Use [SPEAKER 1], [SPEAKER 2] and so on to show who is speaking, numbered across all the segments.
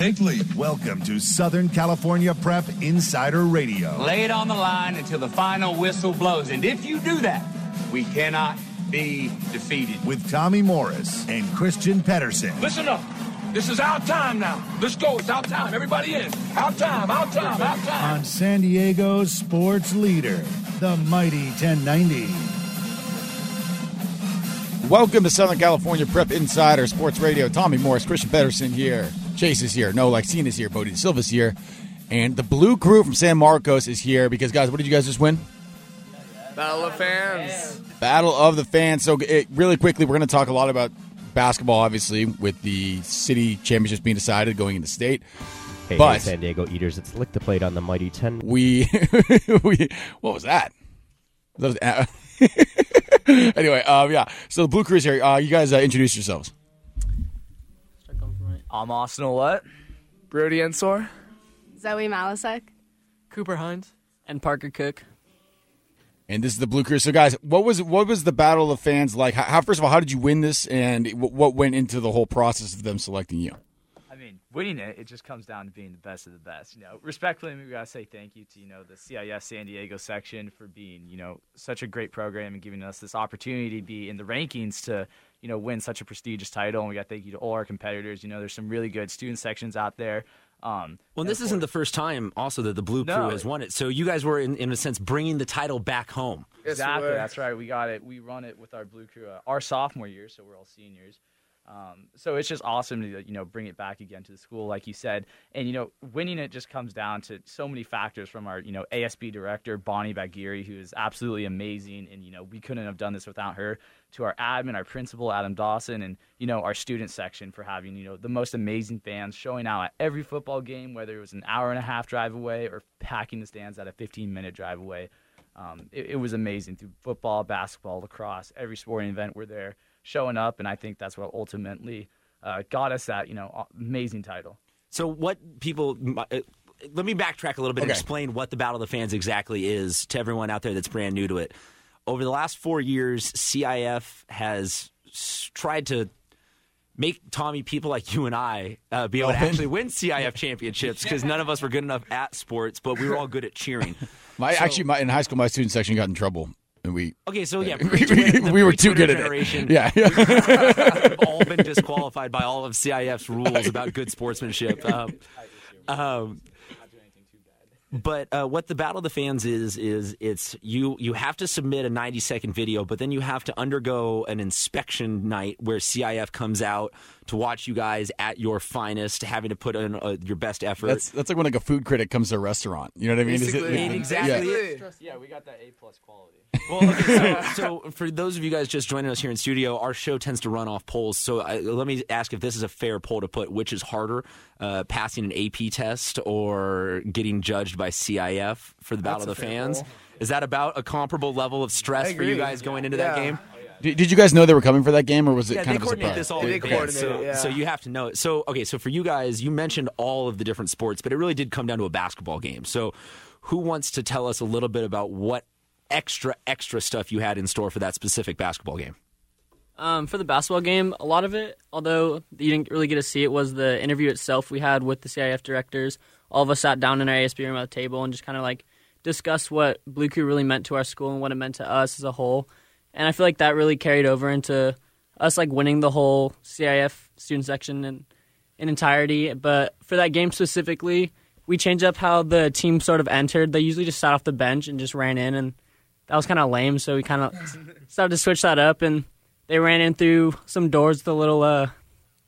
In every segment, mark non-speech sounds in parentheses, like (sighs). [SPEAKER 1] Hinckley. Welcome to Southern California Prep Insider Radio.
[SPEAKER 2] Lay it on the line until the final whistle blows. And if you do that, we cannot be defeated.
[SPEAKER 1] With Tommy Morris and Christian Pedersen.
[SPEAKER 3] Listen up. This is our time now. Let's go. It's our time. Everybody in. Our time. Our time. Our time.
[SPEAKER 1] On San Diego's sports leader, the mighty 1090.
[SPEAKER 4] Welcome to Southern California Prep Insider Sports Radio. Tommy Morris, Christian Pedersen here. Chase is here. No, Lexine is here. Bodie De Silva's here. And the blue crew from San Marcos is here because, guys, what did you guys just win?
[SPEAKER 5] Battle of fans.
[SPEAKER 4] Battle of the Fans. So, it, really quickly, we're going to talk a lot about basketball, obviously, with the city championships being decided going into state.
[SPEAKER 6] Hey,
[SPEAKER 4] But-
[SPEAKER 6] hey, San Diego Eaters, it's lick the plate on the mighty 10.
[SPEAKER 4] We, (laughs) we what was that? That was- (laughs) uh, anyway, um, yeah. So the blue crew is here. Uh, you guys uh, introduce yourselves.
[SPEAKER 7] I'm Austin Ouellette.
[SPEAKER 5] Brody Ensor.
[SPEAKER 8] Zoe Malisek.
[SPEAKER 9] Cooper Hines.
[SPEAKER 7] And Parker Cook.
[SPEAKER 4] And this is the Blue Crew. So, guys, what was what was the battle of fans like? How, how first of all, how did you win this, and wh- what went into the whole process of them selecting you?
[SPEAKER 9] I mean, winning it, it just comes down to being the best of the best. You know, respectfully, we gotta say thank you to you know the CIS San Diego section for being you know such a great program and giving us this opportunity to be in the rankings to you know win such a prestigious title. And we got to thank you to all our competitors. You know, there's some really good student sections out there. Um,
[SPEAKER 10] Well, and this isn't the first time also that the Blue Crew
[SPEAKER 9] No.
[SPEAKER 10] has won it. So you guys were, in, in a sense, bringing the title back home.
[SPEAKER 5] Yes,
[SPEAKER 9] Exactly.
[SPEAKER 5] we were.
[SPEAKER 9] That's right. We got it. We run it with our blue crew uh, our sophomore year, so we're all seniors. Um, so it's just awesome to you know bring it back again to the school, like you said, and you know winning it just comes down to so many factors from our you know ASB director Bonnie Bagiri, who is absolutely amazing, and you know we couldn't have done this without her. To our admin, our principal Adam Dawson, and you know our student section for having you know the most amazing fans showing out at every football game, whether it was an hour and a half drive away or packing the stands at a 15 minute drive away. Um, it, it was amazing through football, basketball, lacrosse, every sporting event. We're there showing up, and I think that's what ultimately uh, got us that you know amazing title.
[SPEAKER 10] So what people. uh, Let me backtrack a little bit and
[SPEAKER 4] Okay.
[SPEAKER 10] explain what the Battle of the Fans exactly is to everyone out there that's brand new to it. Over the last four years, CIF has s- tried to make Tommy people like you and I uh, be able to
[SPEAKER 4] Open.
[SPEAKER 10] actually win CIF championships because none of us were good enough at sports, but we were all good at cheering.
[SPEAKER 4] My actually, my, in high school, my student section got in trouble, and we
[SPEAKER 10] Okay, so yeah,
[SPEAKER 4] (laughs) we, we- we were too good at it.
[SPEAKER 10] Yeah.
[SPEAKER 4] Yeah, yeah.
[SPEAKER 10] (laughs) We've all been disqualified by all of CIF's rules about
[SPEAKER 4] (laughs)
[SPEAKER 10] good sportsmanship. Um, um, but uh, what the battle of the fans is is it's you you have to submit a 90 second video, but then you have to undergo an inspection night where CIF comes out to watch you guys at your finest, having to put in uh, your best
[SPEAKER 4] (laughs)
[SPEAKER 10] effort.
[SPEAKER 4] that's that's like when like a food critic comes to a restaurant. You know what I mean? Is
[SPEAKER 5] Basically.
[SPEAKER 4] yeah.
[SPEAKER 10] exactly.
[SPEAKER 5] Yeah.
[SPEAKER 9] Yeah, we got that A plus quality.
[SPEAKER 5] (laughs)
[SPEAKER 10] Well, okay, so, so for those of you guys just joining us here in studio, our show tends to run off polls. So I, let me ask if this is a fair poll to put: which is harder, uh, passing an AP test or getting judged by CIF for the Battle of the Fans? Is that about a comparable level of stress for you
[SPEAKER 5] agree.
[SPEAKER 10] guys going into that
[SPEAKER 5] Yeah.
[SPEAKER 10] game?
[SPEAKER 4] Did, did you guys know they were coming for that game, or was it
[SPEAKER 10] Yeah,
[SPEAKER 4] kind of
[SPEAKER 10] they
[SPEAKER 4] a surprise?
[SPEAKER 10] coordinate this all.
[SPEAKER 5] They
[SPEAKER 10] in
[SPEAKER 5] coordinate
[SPEAKER 10] advance, so,
[SPEAKER 5] it, yeah.
[SPEAKER 10] so you have to know it. So okay, so for you guys, you mentioned all of the different sports, but it really did come down to a basketball game. So, who wants to tell us a little bit about what extra extra stuff you had in store for that specific basketball game?
[SPEAKER 7] Um, for the basketball game, a lot of it, although you didn't really get to see it, was the interview itself we had with the CIF directors. All of us sat down in our ASB room at the table and just kind of like discussed what Blue Crew really meant to our school and what it meant to us as a whole. And I feel like that really carried over into us like winning the whole CIF student section and in entirety. But for that game specifically, we changed up how the team sort of entered. They usually just sat off the bench and just ran in, and that was kind of lame. So we kind of started to switch that up, and they ran in through some doors with a little uh,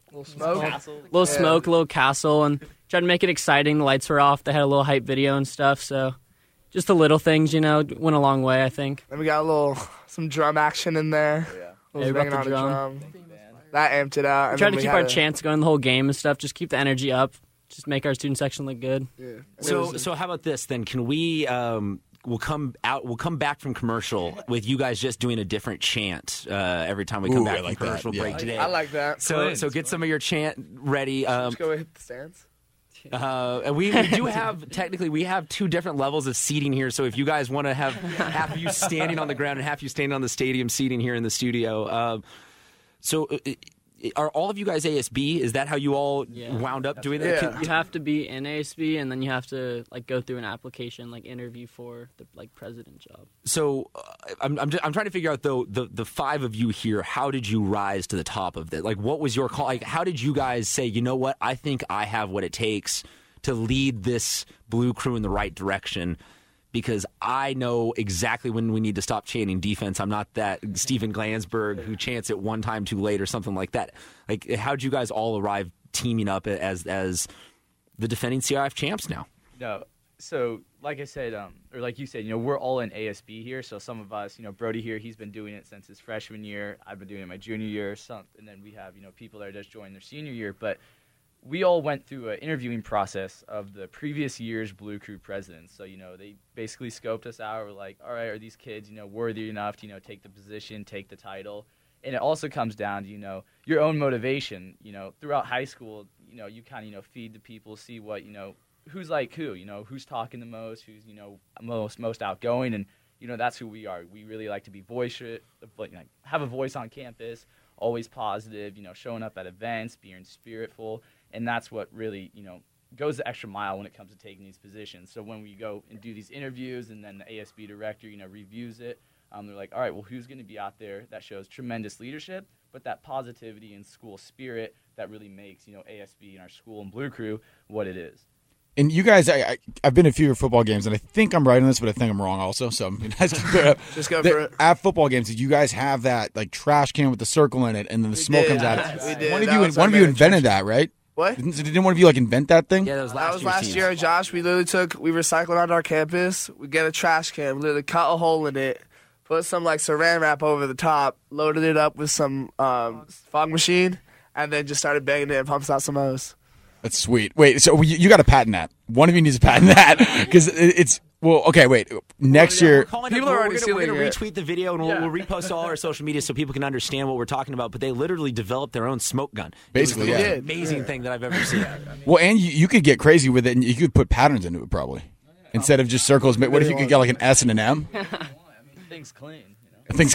[SPEAKER 5] Little smoke.
[SPEAKER 7] little smoke, little castle, and tried to make it exciting. The lights were off. They had a little hype video and stuff. So just the little things, you know, went a long way. I think.
[SPEAKER 5] Then we got a little some drum action in there. Yeah.
[SPEAKER 7] Yeah, we brought the
[SPEAKER 5] That amped it out. and
[SPEAKER 7] Tried
[SPEAKER 5] then
[SPEAKER 7] to
[SPEAKER 5] we
[SPEAKER 7] keep
[SPEAKER 5] had
[SPEAKER 7] our
[SPEAKER 5] a-
[SPEAKER 7] chance going the whole game and stuff. Just keep the energy up. Just make our student section look good.
[SPEAKER 10] So, so how about this then? Can we? Um, we'll come out. We'll come back from commercial with you guys just doing a different chant uh, every time we come
[SPEAKER 4] Ooh, I
[SPEAKER 10] back
[SPEAKER 4] like
[SPEAKER 10] from
[SPEAKER 4] that,
[SPEAKER 10] commercial
[SPEAKER 4] yeah.
[SPEAKER 10] break today.
[SPEAKER 5] I like that.
[SPEAKER 10] so, so get some of your chant ready. Um,
[SPEAKER 5] Let's go hit the stands.
[SPEAKER 10] uh, and we, we do have (laughs) technically we have two different levels of seating here. So if you guys want to have half of you standing on the ground and half you standing on the stadium seating here in the studio, um, so uh, are all of you guys ASB? Is that how you all wound up doing that? Can-
[SPEAKER 7] You have to be in ASB, and then you have to like go through an application, like interview for the like president job.
[SPEAKER 10] So uh, I'm, I'm, just, I'm trying to figure out though the the five of you here. How did you rise to the top of that? Like, what was your call? Like, how did you guys say? You know what? I think I have what it takes to lead this blue crew in the right direction because I know exactly when we need to stop chaining defense. I'm not that Stephen Glansberg who chants it one time too late or something like that. Like, how would you guys all arrive teaming up as as the defending CRF champs now?
[SPEAKER 9] No. So, like I said, um, or like you said, you know, we're all in ASB here. So some of us, you know, Brody here, he's been doing it since his freshman year. I've been doing it my junior year. Some, and then we have, you know, people that are just joined their senior year. But we all went through an interviewing process of the previous year's Blue Crew presidents. So, you know, they basically scoped us out. We're like, all right, are these kids, you know, worthy enough to, you know, take the position, take the title? And it also comes down to, you know, your own motivation. You know, throughout high school, you know, you kind of, you know, feed the people, see what, you know, who's like who, you know, who's talking the most, who's, you know, most, most outgoing. And, you know, that's who we are. We really like to be voice, like, have a voice on campus, always positive, you know, showing up at events, being spiritful and that's what really you know goes the extra mile when it comes to taking these positions. So when we go and do these interviews, and then the ASB director you know reviews it, um, they're like, all right, well, who's going to be out there that shows tremendous leadership, but that positivity and school spirit that really makes you know ASB and our school and Blue Crew what it is.
[SPEAKER 4] And you guys, I, I, I've been to a few football games, and I think I'm right on this, but I think I'm wrong also. So (laughs) you guys can clear it up.
[SPEAKER 5] Just go
[SPEAKER 4] That-
[SPEAKER 5] for it.
[SPEAKER 4] At football games, you guys have that like trash can with the circle in it, and then the smoke
[SPEAKER 5] did.
[SPEAKER 4] comes out. of it.
[SPEAKER 5] We did.
[SPEAKER 4] One of
[SPEAKER 5] That
[SPEAKER 4] you,
[SPEAKER 5] was our
[SPEAKER 4] one of you
[SPEAKER 5] manager.
[SPEAKER 4] invented that, right?
[SPEAKER 5] What?
[SPEAKER 4] Didn't, didn't one of you like invent that thing? Yeah,
[SPEAKER 10] that was
[SPEAKER 5] That was last year, Josh. We literally took we recycled on our campus. We get a trash can, we literally cut a hole in it, put some like saran wrap over the top, loaded it up with some um, fog machine, and then just started banging it and pumps out some O's.
[SPEAKER 4] That's sweet. Wait, so you, you got to patent that. One of you needs to patent that (laughs) because it's well. Okay, wait. Next year,
[SPEAKER 10] people are already We're
[SPEAKER 5] stealing
[SPEAKER 10] going
[SPEAKER 5] it.
[SPEAKER 10] to retweet the video and we'll, we'll repost all our social media so people can understand what we're talking about. But they literally developed their own smoke gun.
[SPEAKER 4] Basically,
[SPEAKER 10] it was the
[SPEAKER 4] yeah.
[SPEAKER 10] most amazing thing that I've ever seen.
[SPEAKER 4] well, and you, you could get crazy with it, and you could put patterns into it probably instead of just circles. But what if you could get like an S and an M?
[SPEAKER 7] (laughs)
[SPEAKER 9] Things clean.
[SPEAKER 4] Things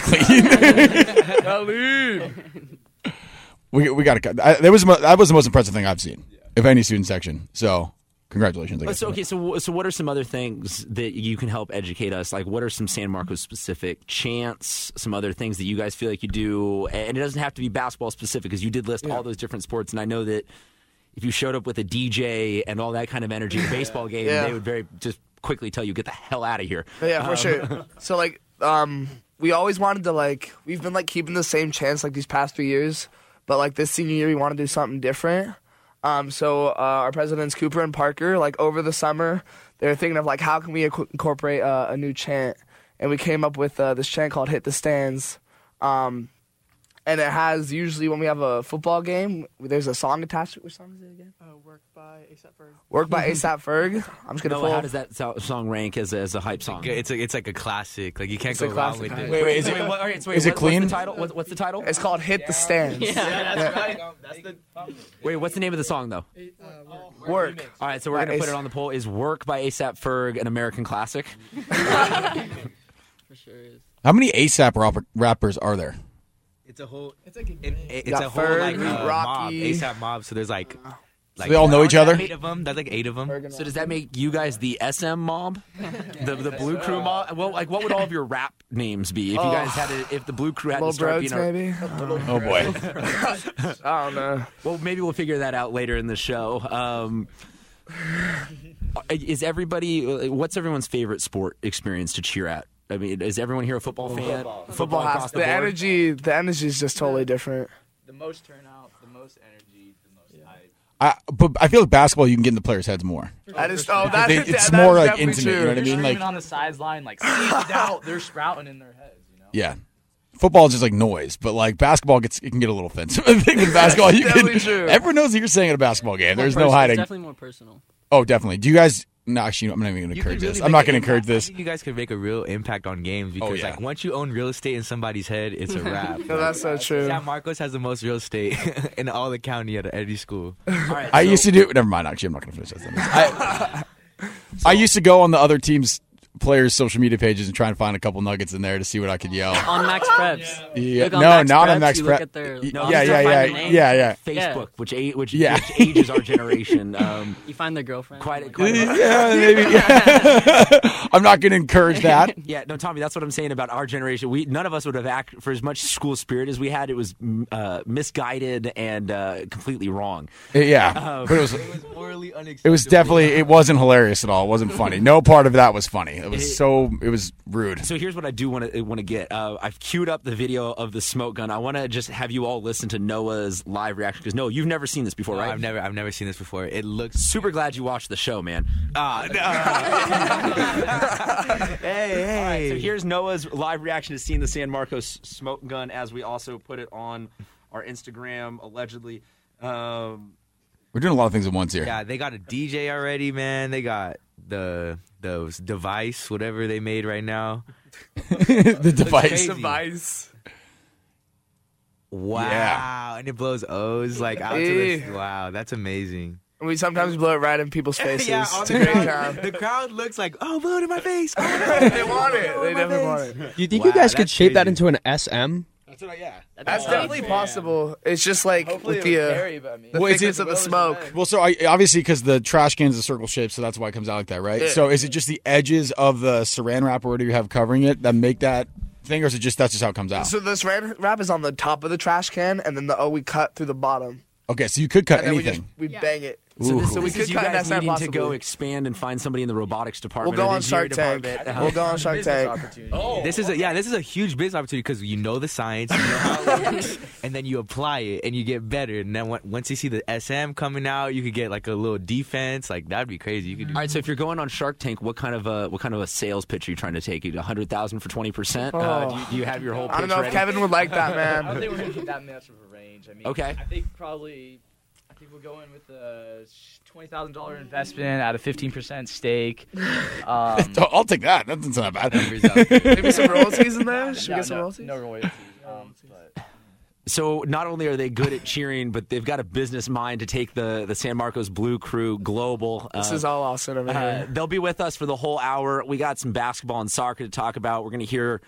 [SPEAKER 7] (laughs)
[SPEAKER 4] clean. (laughs) We we got to cut. I, that was mo- that was the most impressive thing I've seen, if any student section. So congratulations. I
[SPEAKER 10] Oh,
[SPEAKER 4] guess.
[SPEAKER 10] so, okay, so wh- so what are some other things that you can help educate us? Like, what are some San Marcos specific chants? Some other things that you guys feel like you do, and it doesn't have to be basketball specific because you did list all those different sports, and I know that if you showed up with a DJ and all that kind of energy in a
[SPEAKER 5] (laughs)
[SPEAKER 10] baseball game,
[SPEAKER 5] Yeah.
[SPEAKER 10] they would very just quickly tell you get the hell out of here.
[SPEAKER 5] But yeah, for
[SPEAKER 10] Um,
[SPEAKER 5] sure. So like, um, we always wanted to like we've been like keeping the same chance like these past three years, but like this senior year we want to do something different. Um, so uh, our presidents Cooper and Parker like over the summer they're thinking of like how can we inc- incorporate uh, a new chant, and we came up with uh, this chant called "Hit the Stands." Um, and it has usually when we have a football game, there's a song attached. Which song is it again?
[SPEAKER 11] Uh, work by ASAP Ferg.
[SPEAKER 5] Work by ASAP Ferg. E I'm just gonna
[SPEAKER 10] Noah,
[SPEAKER 5] pull.
[SPEAKER 10] how (laughs) does that so- song rank as a, as a hype song?
[SPEAKER 12] It's a, it's like a classic. Like you can't
[SPEAKER 10] It's
[SPEAKER 12] go
[SPEAKER 10] a
[SPEAKER 12] wrong
[SPEAKER 10] classic
[SPEAKER 12] with
[SPEAKER 10] hype.
[SPEAKER 12] it.
[SPEAKER 10] Wait, wait, is it- Wait, what- all right, so wait, is it what- what's the clean? title? What- what's the title?
[SPEAKER 5] It's called "Hit the Stands."
[SPEAKER 10] Wait, what's the name of the song though?
[SPEAKER 5] Work.
[SPEAKER 10] All right, so we're
[SPEAKER 5] By
[SPEAKER 10] gonna put
[SPEAKER 5] Aes-
[SPEAKER 10] it on the poll. Is "Work" by ASAP Ferg an American classic?
[SPEAKER 4] How many ASAP rapper, rappers are there?
[SPEAKER 12] It's a whole. It's like a, it's
[SPEAKER 5] Got
[SPEAKER 12] a whole like
[SPEAKER 5] Ferg,
[SPEAKER 12] uh, mob,
[SPEAKER 5] Rocky.
[SPEAKER 12] ASAP mob. So there's like, like
[SPEAKER 4] they all know each other?
[SPEAKER 12] Eight of them. There's like eight of them.
[SPEAKER 10] So does that make you guys the SM mob, the the Blue Crew mob? Well, like what would all of your rap names be if you
[SPEAKER 5] Oh.
[SPEAKER 10] guys had to, if the Blue Crew had
[SPEAKER 5] Little
[SPEAKER 10] to start
[SPEAKER 5] Broads,
[SPEAKER 10] being a,
[SPEAKER 5] maybe.
[SPEAKER 10] Oh boy.
[SPEAKER 5] I don't know.
[SPEAKER 10] Well, maybe we'll figure that out later in the show. Um, is everybody? What's everyone's favorite sport experience to cheer at? I mean, is everyone here a football fan? Football,
[SPEAKER 5] (laughs) Football
[SPEAKER 10] across
[SPEAKER 5] has
[SPEAKER 10] the
[SPEAKER 5] the,
[SPEAKER 10] board.
[SPEAKER 5] energy. The energy is just totally different.
[SPEAKER 9] The most turnout, the most energy, the most hype.
[SPEAKER 4] I, but I feel like basketball, you can get in the players' heads more.
[SPEAKER 5] That is- oh,
[SPEAKER 4] Because
[SPEAKER 5] that's-
[SPEAKER 4] they- it's
[SPEAKER 5] (laughs) that
[SPEAKER 4] more
[SPEAKER 5] is
[SPEAKER 4] like
[SPEAKER 5] definitely
[SPEAKER 4] intimate. You know what I
[SPEAKER 9] They're
[SPEAKER 4] mean?
[SPEAKER 9] screaming
[SPEAKER 4] Like,
[SPEAKER 9] on the sideline, like
[SPEAKER 5] (laughs)
[SPEAKER 9] "Sneak it out!" They're sprouting in their head.
[SPEAKER 4] yeah, football is just like noise, but like basketball gets it can get a little offensive. (laughs) I think with basketball, you can,
[SPEAKER 7] Definitely true.
[SPEAKER 4] everyone knows what you're saying at a basketball game. There's no
[SPEAKER 7] Personal-
[SPEAKER 4] hiding.
[SPEAKER 7] It's definitely more personal.
[SPEAKER 4] Oh, definitely. Do you guys? No, actually, I'm not even going to
[SPEAKER 12] You could
[SPEAKER 4] encourage
[SPEAKER 12] really
[SPEAKER 4] this.
[SPEAKER 12] make
[SPEAKER 4] I'm not
[SPEAKER 12] an
[SPEAKER 4] going to encourage
[SPEAKER 12] impact. I
[SPEAKER 4] this.
[SPEAKER 12] think you guys could make a real impact on games
[SPEAKER 10] Oh,
[SPEAKER 12] because
[SPEAKER 4] yeah.
[SPEAKER 12] like once you own real estate in somebody's head,
[SPEAKER 5] (laughs)
[SPEAKER 12] it's a wrap.
[SPEAKER 5] No, that's so true.
[SPEAKER 12] San Marcos has the most real estate (laughs) in all the county at every school.
[SPEAKER 4] I used to do. Never mind. Actually, I'm not going to finish this. I, I used to go on the other team's players' social media pages and try and find a couple nuggets in there to see what I could yell.
[SPEAKER 7] (laughs) on Max Preps.
[SPEAKER 4] Yeah,
[SPEAKER 7] Click
[SPEAKER 4] no,
[SPEAKER 7] on Max
[SPEAKER 4] not
[SPEAKER 7] Preps,
[SPEAKER 4] on Max
[SPEAKER 7] you look
[SPEAKER 4] Prep.
[SPEAKER 7] at their-
[SPEAKER 4] Y-
[SPEAKER 7] No,
[SPEAKER 4] yeah,
[SPEAKER 7] you
[SPEAKER 4] yeah,
[SPEAKER 7] find
[SPEAKER 4] yeah,
[SPEAKER 7] the
[SPEAKER 4] yeah,
[SPEAKER 7] name.
[SPEAKER 4] yeah,
[SPEAKER 10] Facebook, which a- which,
[SPEAKER 4] Yeah.
[SPEAKER 10] which ages our generation. Um,
[SPEAKER 7] (laughs) You find their girlfriend.
[SPEAKER 10] quite,
[SPEAKER 4] (laughs)
[SPEAKER 10] quite a-
[SPEAKER 4] yeah, maybe. (laughs) I'm not going to encourage that.
[SPEAKER 10] (laughs) yeah, no, Tommy, that's what I'm saying about our generation. We none of us would have act for as much school spirit as we had. It was mm, uh, misguided and uh, completely wrong.
[SPEAKER 4] Yeah,
[SPEAKER 10] Um,
[SPEAKER 4] but it was. It was definitely. It wasn't hilarious at all. It wasn't funny. No part of that was funny. It was so. It was rude.
[SPEAKER 10] So here's what I do want to want to get. Uh, I've queued up the video of the smoke gun. I want to just have you all listen to Noah's live reaction because Noah, you've never seen this before, right?
[SPEAKER 12] I've never, I've never seen this before. It looks
[SPEAKER 10] super glad you watched the show, man. Uh,
[SPEAKER 12] Ah,
[SPEAKER 10] (laughs) hey, hey. so here's Noah's live reaction to seeing the San Marcos smoke gun as we also put it on our Instagram, allegedly. Um,
[SPEAKER 4] We're doing a lot of things at once here.
[SPEAKER 12] Yeah, they got a DJ already, man. They got the the device, whatever they made
[SPEAKER 10] (laughs)
[SPEAKER 12] right now.
[SPEAKER 4] the device.
[SPEAKER 5] Device.
[SPEAKER 12] Wow, and it blows O's like out to
[SPEAKER 10] Eh.
[SPEAKER 5] Yeah.
[SPEAKER 12] this. Wow, that's amazing.
[SPEAKER 5] And we sometimes blow it right in people's faces.
[SPEAKER 12] Yeah, on
[SPEAKER 5] it's
[SPEAKER 12] the
[SPEAKER 5] a great
[SPEAKER 12] crowd,
[SPEAKER 5] time.
[SPEAKER 12] the crowd looks like, oh, blow it in my
[SPEAKER 5] (laughs)
[SPEAKER 12] face.
[SPEAKER 5] they want it. They definitely want it. (laughs)
[SPEAKER 11] Do you think
[SPEAKER 12] Wow,
[SPEAKER 11] you guys could
[SPEAKER 12] that's
[SPEAKER 11] shape that
[SPEAKER 12] crazy.
[SPEAKER 11] into an SM?
[SPEAKER 5] That's definitely possible. It's just like
[SPEAKER 9] Hopefully
[SPEAKER 5] with
[SPEAKER 9] it
[SPEAKER 5] the,
[SPEAKER 9] would
[SPEAKER 5] uh,
[SPEAKER 9] vary, but I mean-
[SPEAKER 5] the
[SPEAKER 9] Well, is
[SPEAKER 5] thickness
[SPEAKER 9] it-
[SPEAKER 5] of the smoke.
[SPEAKER 4] Well, so I, obviously because the trash can's a circle shape, so that's why it comes out like that, right?
[SPEAKER 5] Yeah.
[SPEAKER 4] So is it just the edges of the Saran wrap or whatever you have covering it that make that thing, or is it just that's just how it comes out?
[SPEAKER 5] So this red wrap is on the top of the trash can, and then the O we cut through the bottom,
[SPEAKER 4] okay, so you could cut
[SPEAKER 5] and then we
[SPEAKER 4] anything.
[SPEAKER 5] just we bang it.
[SPEAKER 10] so this,
[SPEAKER 5] so we
[SPEAKER 10] this is
[SPEAKER 5] could
[SPEAKER 10] you
[SPEAKER 5] cut an
[SPEAKER 10] guys
[SPEAKER 5] SR
[SPEAKER 10] needing to go
[SPEAKER 5] possibly.
[SPEAKER 10] expand and find somebody in the robotics
[SPEAKER 5] We'll
[SPEAKER 10] department.
[SPEAKER 5] go
[SPEAKER 10] or the
[SPEAKER 5] on Shark
[SPEAKER 10] engineering
[SPEAKER 5] Tank.
[SPEAKER 10] department.
[SPEAKER 5] We'll
[SPEAKER 10] (laughs)
[SPEAKER 5] go on Shark Tank.
[SPEAKER 12] Oh, this is a, yeah, this is a huge business opportunity because you know the science, you know how
[SPEAKER 10] (laughs)
[SPEAKER 12] it works, and then you apply it and you get better. And then on- once you see the SM coming out, you could get like a little defense. Like that'd be crazy. You could do.
[SPEAKER 10] All right, so if you're going on Shark Tank, what kind of a what kind of a sales pitch are you trying to take? You hundred thousand for twenty percent? Uh,
[SPEAKER 5] Oh.
[SPEAKER 10] do, you, do you have your whole?
[SPEAKER 5] I don't
[SPEAKER 10] pitch
[SPEAKER 5] know if
[SPEAKER 10] ready?
[SPEAKER 5] Kevin would like that,
[SPEAKER 9] (laughs) I don't
[SPEAKER 5] man.
[SPEAKER 9] think we're gonna get that much of a range. I mean,
[SPEAKER 10] Okay.
[SPEAKER 9] I think probably, I think we'll go in with a twenty thousand dollar investment at a fifteen
[SPEAKER 5] (laughs)
[SPEAKER 9] percent stake. Um,
[SPEAKER 4] (laughs) I'll take that. That doesn't sound bad.
[SPEAKER 5] (laughs) Maybe
[SPEAKER 9] (laughs)
[SPEAKER 5] some royalties in there. Should we
[SPEAKER 9] no,
[SPEAKER 5] get some
[SPEAKER 9] no,
[SPEAKER 5] royalties?
[SPEAKER 9] No royalties. Um, but
[SPEAKER 10] So not only are they good at cheering, but they've got a business mind to take the the San Marcos Blue Crew global.
[SPEAKER 5] This
[SPEAKER 10] Uh,
[SPEAKER 5] is all awesome over
[SPEAKER 10] Uh,
[SPEAKER 5] here.
[SPEAKER 10] they'll be with us for the whole hour. We got some basketball and soccer to talk about. We're going to hear.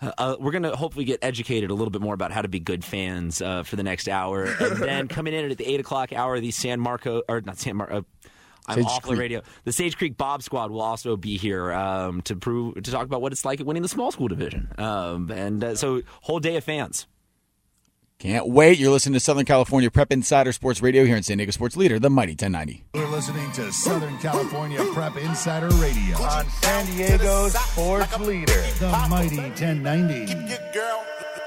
[SPEAKER 10] Uh, uh, we're going to hopefully get educated a little bit more about how to be good fans uh, for the next hour,
[SPEAKER 4] (laughs)
[SPEAKER 10] and then coming in at the eight o'clock hour, the San Marco or not San Marco. I'm
[SPEAKER 4] Sage
[SPEAKER 10] off
[SPEAKER 4] Creek.
[SPEAKER 10] the radio. The Sage Creek Bob Squad will also be here um, to prove to talk about what it's like winning the small school division, um, and uh, so whole day of fans.
[SPEAKER 4] Can't wait. You're listening to Southern California Prep Insider Sports Radio here in San Diego Sports Leader, the Mighty 1090.
[SPEAKER 1] You're listening to Southern California Prep Insider Radio on San Diego Sports Leader, the Mighty 1090.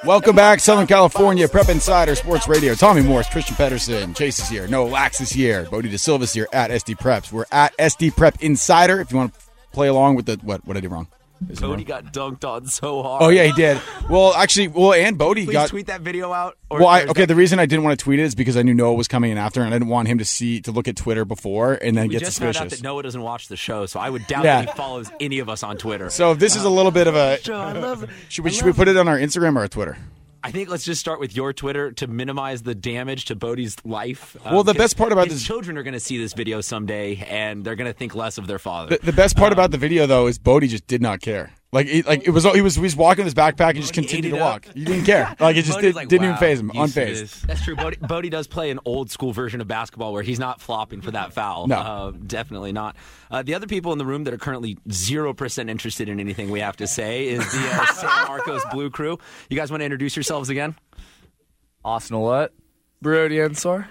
[SPEAKER 4] Welcome back, Southern California Prep Insider Sports Radio. Tommy Morris, Christian Pedersen, Chase is here, Noah Lax is here, Bodie De Silva's here at SD Preps. We're at SD Prep Insider. If you want to play along with the what what I did wrong. Is it
[SPEAKER 10] Cody
[SPEAKER 4] wrong?
[SPEAKER 10] got dunked on so hard.
[SPEAKER 4] Oh yeah, he did. Well, actually, well, and Bodie
[SPEAKER 10] Please
[SPEAKER 4] got.
[SPEAKER 10] tweet that video out.
[SPEAKER 4] well, I,
[SPEAKER 10] is
[SPEAKER 4] okay.
[SPEAKER 10] that-
[SPEAKER 4] The reason I didn't want to tweet it is because I knew Noah was coming in after, and I didn't want him to see to look at Twitter before and then
[SPEAKER 10] we
[SPEAKER 4] get
[SPEAKER 10] just
[SPEAKER 4] suspicious.
[SPEAKER 10] found out that Noah doesn't watch the show, so I would doubt
[SPEAKER 4] Yeah.
[SPEAKER 10] that he follows any of us on Twitter.
[SPEAKER 4] So this is a little bit of a.
[SPEAKER 10] Joe, (laughs) I love-
[SPEAKER 4] (laughs) Should we
[SPEAKER 10] I
[SPEAKER 4] should we
[SPEAKER 10] love-
[SPEAKER 4] put it on our Instagram or our Twitter?
[SPEAKER 10] I think let's just start with your Twitter to minimize the damage to Bodie's life. Um,
[SPEAKER 4] Well, the
[SPEAKER 10] 'cause
[SPEAKER 4] best part about
[SPEAKER 10] his
[SPEAKER 4] this-
[SPEAKER 10] children are going to see this video someday, and they're going to think less of their father.
[SPEAKER 4] The, the best
[SPEAKER 10] Um,
[SPEAKER 4] part about the video though is Bodie just did not care. Like it, like it was he was he was walking with his backpack and just continued
[SPEAKER 10] ate
[SPEAKER 4] to
[SPEAKER 10] it
[SPEAKER 4] walk.
[SPEAKER 10] up.
[SPEAKER 4] He didn't
[SPEAKER 12] (laughs)
[SPEAKER 4] care. Like it just
[SPEAKER 12] Bodie's
[SPEAKER 4] did,
[SPEAKER 12] like,
[SPEAKER 4] didn't
[SPEAKER 12] wow,
[SPEAKER 4] even phase him.
[SPEAKER 12] used to
[SPEAKER 4] Unfazed.
[SPEAKER 12] this.
[SPEAKER 10] That's true. Bodie, Bodie does play an old school version of basketball where he's not flopping for that foul.
[SPEAKER 4] No.
[SPEAKER 10] Uh, definitely not. Uh, the other people in the room that are currently 0% interested in anything we have to say is the
[SPEAKER 12] (laughs)
[SPEAKER 10] uh, San Marcos Blue Crew. You guys want to introduce yourselves again?
[SPEAKER 9] Austin Olut.
[SPEAKER 5] Brody Ensor.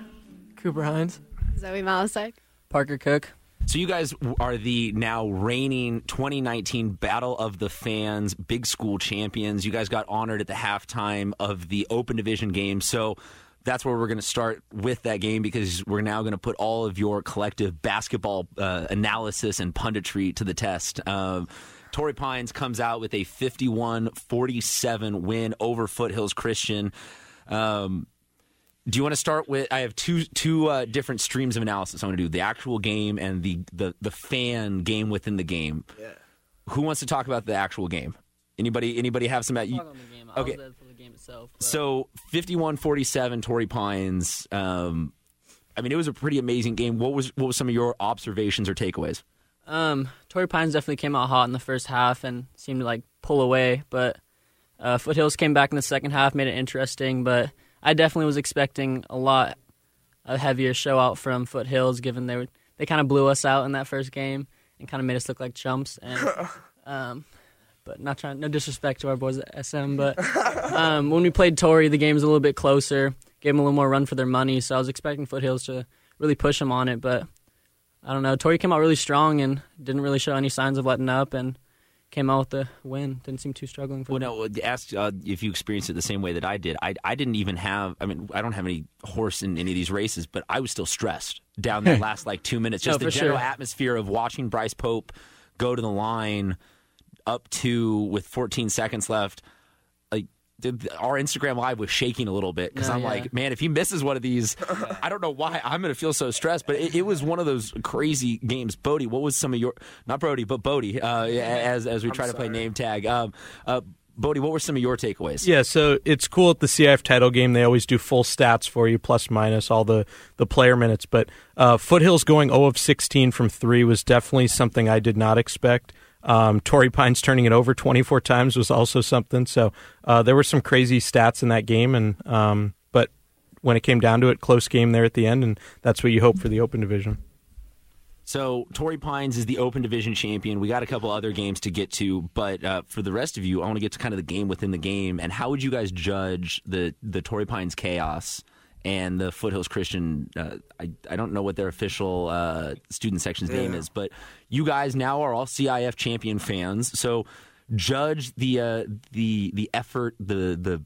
[SPEAKER 7] Cooper Hines.
[SPEAKER 8] Zoe Malasek.
[SPEAKER 7] Parker Cook.
[SPEAKER 10] So you guys are the now reigning 2019 Battle of the Fans Big School champions. You guys got honored at the halftime of the Open Division game. So that's where we're going to start with that game because we're now going to put all of your collective basketball uh, analysis and punditry to the test. Um, Torrey Pines comes out with a 51 47 win over Foothills Christian. Um, do you want to start with? I have two two uh, different streams of analysis. I'm going to do the actual game and the the the fan game within the game. Yeah. Who wants to talk about the actual game? Anybody anybody have some? You,
[SPEAKER 7] On the game. I
[SPEAKER 10] okay.
[SPEAKER 7] was there for the game itself. but-
[SPEAKER 10] So 51-47 Torrey Pines. Um, I mean, it was a pretty amazing game. What was what was some of your observations or takeaways?
[SPEAKER 7] Um, Torrey Pines definitely came out hot in the first half and seemed to like pull away, but uh, Foothills came back in the second half, made it interesting. But I definitely was expecting a lot a heavier show out from Foothills, given they were, they kind of blew us out in that first game and kind of made us look like chumps. And um, but not trying, no disrespect to our boys at SM, but um, when we played Torrey, the game was a little bit closer, gave them a little more run for their money. So I was expecting Foothills to really push them on it, but I don't know. Torrey came out really strong and didn't really show any signs of letting up, and came out with the win. Didn't seem too struggling for.
[SPEAKER 10] Well,
[SPEAKER 7] them.
[SPEAKER 10] no. Ask uh, if you experienced it the same way that I did. I, I didn't even have. I mean, I don't have any horse in any of these races, but I was still stressed
[SPEAKER 7] (laughs)
[SPEAKER 10] down that last like two minutes.
[SPEAKER 7] No,
[SPEAKER 10] Just
[SPEAKER 7] for
[SPEAKER 10] the general
[SPEAKER 7] sure.
[SPEAKER 10] atmosphere of watching Bryce Pope go to the line up to with 14 seconds left. Like the, the- our Instagram live was shaking a little bit because
[SPEAKER 11] No,
[SPEAKER 10] I'm
[SPEAKER 11] yeah.
[SPEAKER 10] like, man, if he misses one of these, I don't know why I'm going to feel so stressed. But it, it was one of those crazy games. Bodie, what was some of your not Brody, but Bodie uh, as as we try to play name tag. Um, uh, Bodie, what were some of your takeaways?
[SPEAKER 13] Yeah, so it's cool at the CIF title game. They always do full stats for you, plus minus all the, the player minutes. But uh, Foothills going 0 of 16 from three was definitely something I did not expect. Um, Torrey Pines turning it over 24 times was also something. So uh, there were some crazy stats in that game. And um, but when it came down to it, close game there at the end, and that's what you hope for the Open Division.
[SPEAKER 10] So Torrey Pines is the Open Division champion. We got a couple other games to get to, but uh, for the rest of you, I want to get to kind of the game within the game. And how would you guys judge the the Torrey Pines chaos and the Foothills Christian? Uh, I I don't know what their official uh, student section's name
[SPEAKER 11] Yeah.
[SPEAKER 10] is, but you guys now are all CIF champion fans. So judge the uh, the the effort, the the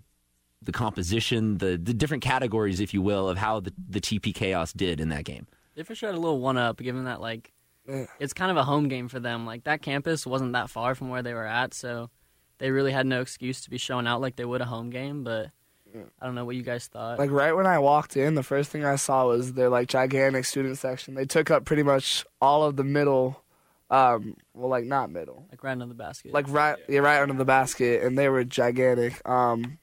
[SPEAKER 10] the composition, the the different categories, if you will, of how the, the TP chaos did in that game.
[SPEAKER 7] They for sure had a little one up, given that like it's kind of a home game for them. Like that campus wasn't that far from where they were at, so they really had no excuse to be showing out like they would a home game. But I don't know what you guys thought.
[SPEAKER 5] Like right when I walked in, the first thing I saw was their like gigantic student section. They took up pretty much all of the middle, um, well, like not middle,
[SPEAKER 7] like right under the basket.
[SPEAKER 5] like right, yeah, right under the basket, and they were gigantic. Um,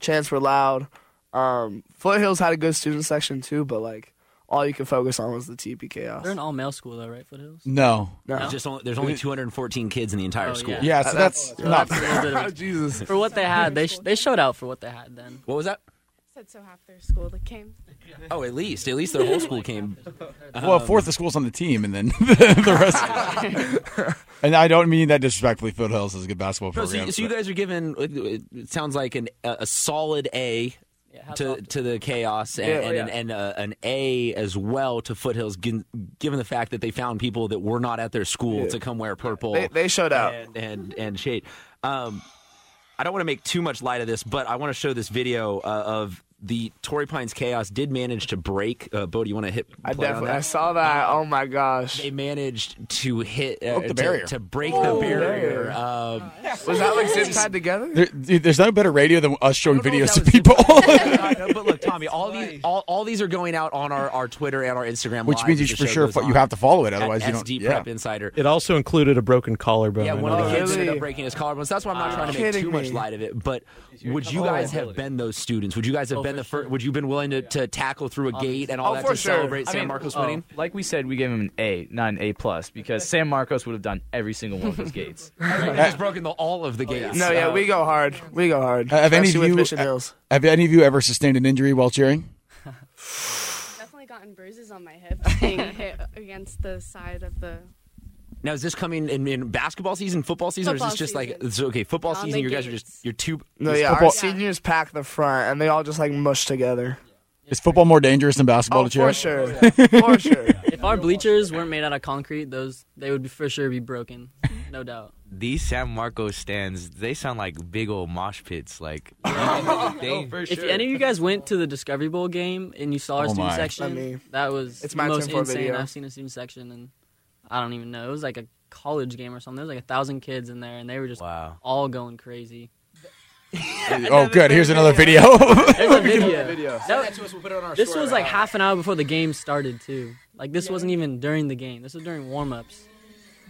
[SPEAKER 5] chants were loud. Um, Foothills had a good student section too, but like all you could focus on was the TP chaos.
[SPEAKER 7] they're an all male school though, right? Foothills.
[SPEAKER 4] No.
[SPEAKER 5] No.
[SPEAKER 10] There's Just only, there's only 214 kids in the entire
[SPEAKER 7] Oh,
[SPEAKER 10] school.
[SPEAKER 7] yeah. Yeah, so Uh, that's- that's- not- that's a little bit of a- (laughs)
[SPEAKER 5] (laughs) Jesus.
[SPEAKER 7] For what they had, they sh- they showed out for what they had then.
[SPEAKER 10] What was that?
[SPEAKER 8] Said so half their school that came.
[SPEAKER 10] Oh, at least at least their whole
[SPEAKER 7] (laughs)
[SPEAKER 10] school came.
[SPEAKER 4] Well,
[SPEAKER 10] Um,
[SPEAKER 4] fourth of school's on the team, and then (laughs) the
[SPEAKER 10] (laughs)
[SPEAKER 4] rest. and I don't mean that disrespectfully. Foothills is a good basketball
[SPEAKER 10] No, Um, so,
[SPEAKER 4] program.
[SPEAKER 10] you- so you guys are given. it- It sounds like an a a solid A. To, to the chaos and
[SPEAKER 4] Yeah,
[SPEAKER 10] and,
[SPEAKER 4] yeah.
[SPEAKER 10] and, and uh, an A as well to Foothills, gin- given the fact that they found people that were not at their school
[SPEAKER 5] Yeah.
[SPEAKER 10] to come wear purple.
[SPEAKER 5] They- they showed up.
[SPEAKER 10] and and, and shade. Um, I don't want to make too much light of this, but I want to show this video uh, of the Torrey Pines chaos did manage to break. Uh, Bo, do you want to hit?
[SPEAKER 5] I
[SPEAKER 10] play on
[SPEAKER 5] definitely
[SPEAKER 10] that?
[SPEAKER 5] I saw that. Oh my gosh. They (laughs)
[SPEAKER 10] managed to hit uh,
[SPEAKER 4] the
[SPEAKER 10] to-
[SPEAKER 4] barrier.
[SPEAKER 10] to, break
[SPEAKER 5] Oh,
[SPEAKER 10] the barrier.
[SPEAKER 5] barrier.
[SPEAKER 10] Um,
[SPEAKER 5] Was that like zip tied together?
[SPEAKER 4] There- dude, there's no better radio than us showing videos to (laughs) people,
[SPEAKER 10] I know, but look, Tommy, all these all, all these are going out on our, our Twitter and our Instagram,
[SPEAKER 4] which
[SPEAKER 10] Live
[SPEAKER 4] means you
[SPEAKER 10] as
[SPEAKER 4] should
[SPEAKER 10] the
[SPEAKER 4] for
[SPEAKER 10] show
[SPEAKER 4] sure
[SPEAKER 10] goes
[SPEAKER 4] fo- you
[SPEAKER 10] on.
[SPEAKER 4] have to follow it,
[SPEAKER 10] At
[SPEAKER 4] otherwise you don't.
[SPEAKER 10] SD
[SPEAKER 4] yeah.
[SPEAKER 10] Prep Insider.
[SPEAKER 13] It also included a broken collarbone.
[SPEAKER 10] Yeah,
[SPEAKER 13] I
[SPEAKER 10] one of
[SPEAKER 13] know
[SPEAKER 10] the
[SPEAKER 13] that.
[SPEAKER 10] kids ended up breaking his collarbone. So that's why I'm not
[SPEAKER 13] Ah.
[SPEAKER 10] trying to make
[SPEAKER 13] Kidding
[SPEAKER 10] too much
[SPEAKER 13] me.
[SPEAKER 10] light of it. But would you
[SPEAKER 13] Oh.
[SPEAKER 10] guys have been those students? Would you guys have
[SPEAKER 13] Oh,
[SPEAKER 10] been
[SPEAKER 13] for
[SPEAKER 10] the first? Would you been willing to, to tackle through
[SPEAKER 9] um,
[SPEAKER 10] a gate and all
[SPEAKER 5] Oh,
[SPEAKER 13] Oh,
[SPEAKER 10] that to celebrate San Marcos
[SPEAKER 9] oh,
[SPEAKER 10] winning?
[SPEAKER 9] Like we said, we gave him an A, not an A plus, because San Marcos would have done every single one
[SPEAKER 5] (laughs)
[SPEAKER 9] of those gates.
[SPEAKER 10] He's broken the, all
[SPEAKER 9] Oh,
[SPEAKER 10] of the gates.
[SPEAKER 5] No, yeah,
[SPEAKER 10] Uh,
[SPEAKER 5] we go hard. We go hard.
[SPEAKER 4] Uh, have any
[SPEAKER 5] Especially
[SPEAKER 4] of you
[SPEAKER 5] with Mission Hills.
[SPEAKER 4] have any of you ever sustained an injury while cheering?
[SPEAKER 8] Definitely gotten bruises on my hip (laughs) being hit against the side of the.
[SPEAKER 10] Now is this coming in, in basketball season, football season, or is
[SPEAKER 8] Football
[SPEAKER 10] this just like
[SPEAKER 8] season.
[SPEAKER 10] it's okay? Football
[SPEAKER 8] On
[SPEAKER 10] season,
[SPEAKER 8] the
[SPEAKER 10] you guys are just you're two.
[SPEAKER 5] No,
[SPEAKER 4] Is
[SPEAKER 5] yeah,
[SPEAKER 4] football-
[SPEAKER 5] our seniors pack the front, and they all just like mush together.
[SPEAKER 4] Is football more dangerous than basketball to cheer?
[SPEAKER 5] Oh, for sure, for sure.
[SPEAKER 7] If our bleachers weren't made out of concrete, those they would for sure be broken, no doubt.
[SPEAKER 12] These San Marcos stands, they sound like big old mosh
[SPEAKER 5] (laughs)
[SPEAKER 12] pits. Like,
[SPEAKER 7] Oh, If any of you guys went to the Discovery Bowl game and you saw our
[SPEAKER 12] Oh
[SPEAKER 7] student
[SPEAKER 12] my.
[SPEAKER 7] section,
[SPEAKER 5] Let me-
[SPEAKER 7] that was
[SPEAKER 5] It's
[SPEAKER 7] it's
[SPEAKER 5] my
[SPEAKER 7] the most
[SPEAKER 5] turn for a
[SPEAKER 7] insane
[SPEAKER 5] video.
[SPEAKER 7] I've seen a student section, and I don't even know. It was like a college game or something. There was like a thousand kids in there, and they were just all going crazy.
[SPEAKER 4] Oh, good. Here's another video.
[SPEAKER 7] (laughs) There's
[SPEAKER 4] (laughs)
[SPEAKER 7] a video.
[SPEAKER 11] Send that to us, we'll put it on our
[SPEAKER 7] this
[SPEAKER 11] story
[SPEAKER 7] was
[SPEAKER 11] right
[SPEAKER 7] like half an hour before the game started too. Like this wasn't even during the game. This was during warm-ups.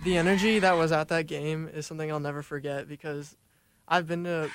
[SPEAKER 14] The energy that was at that game is something I'll never forget because I've been to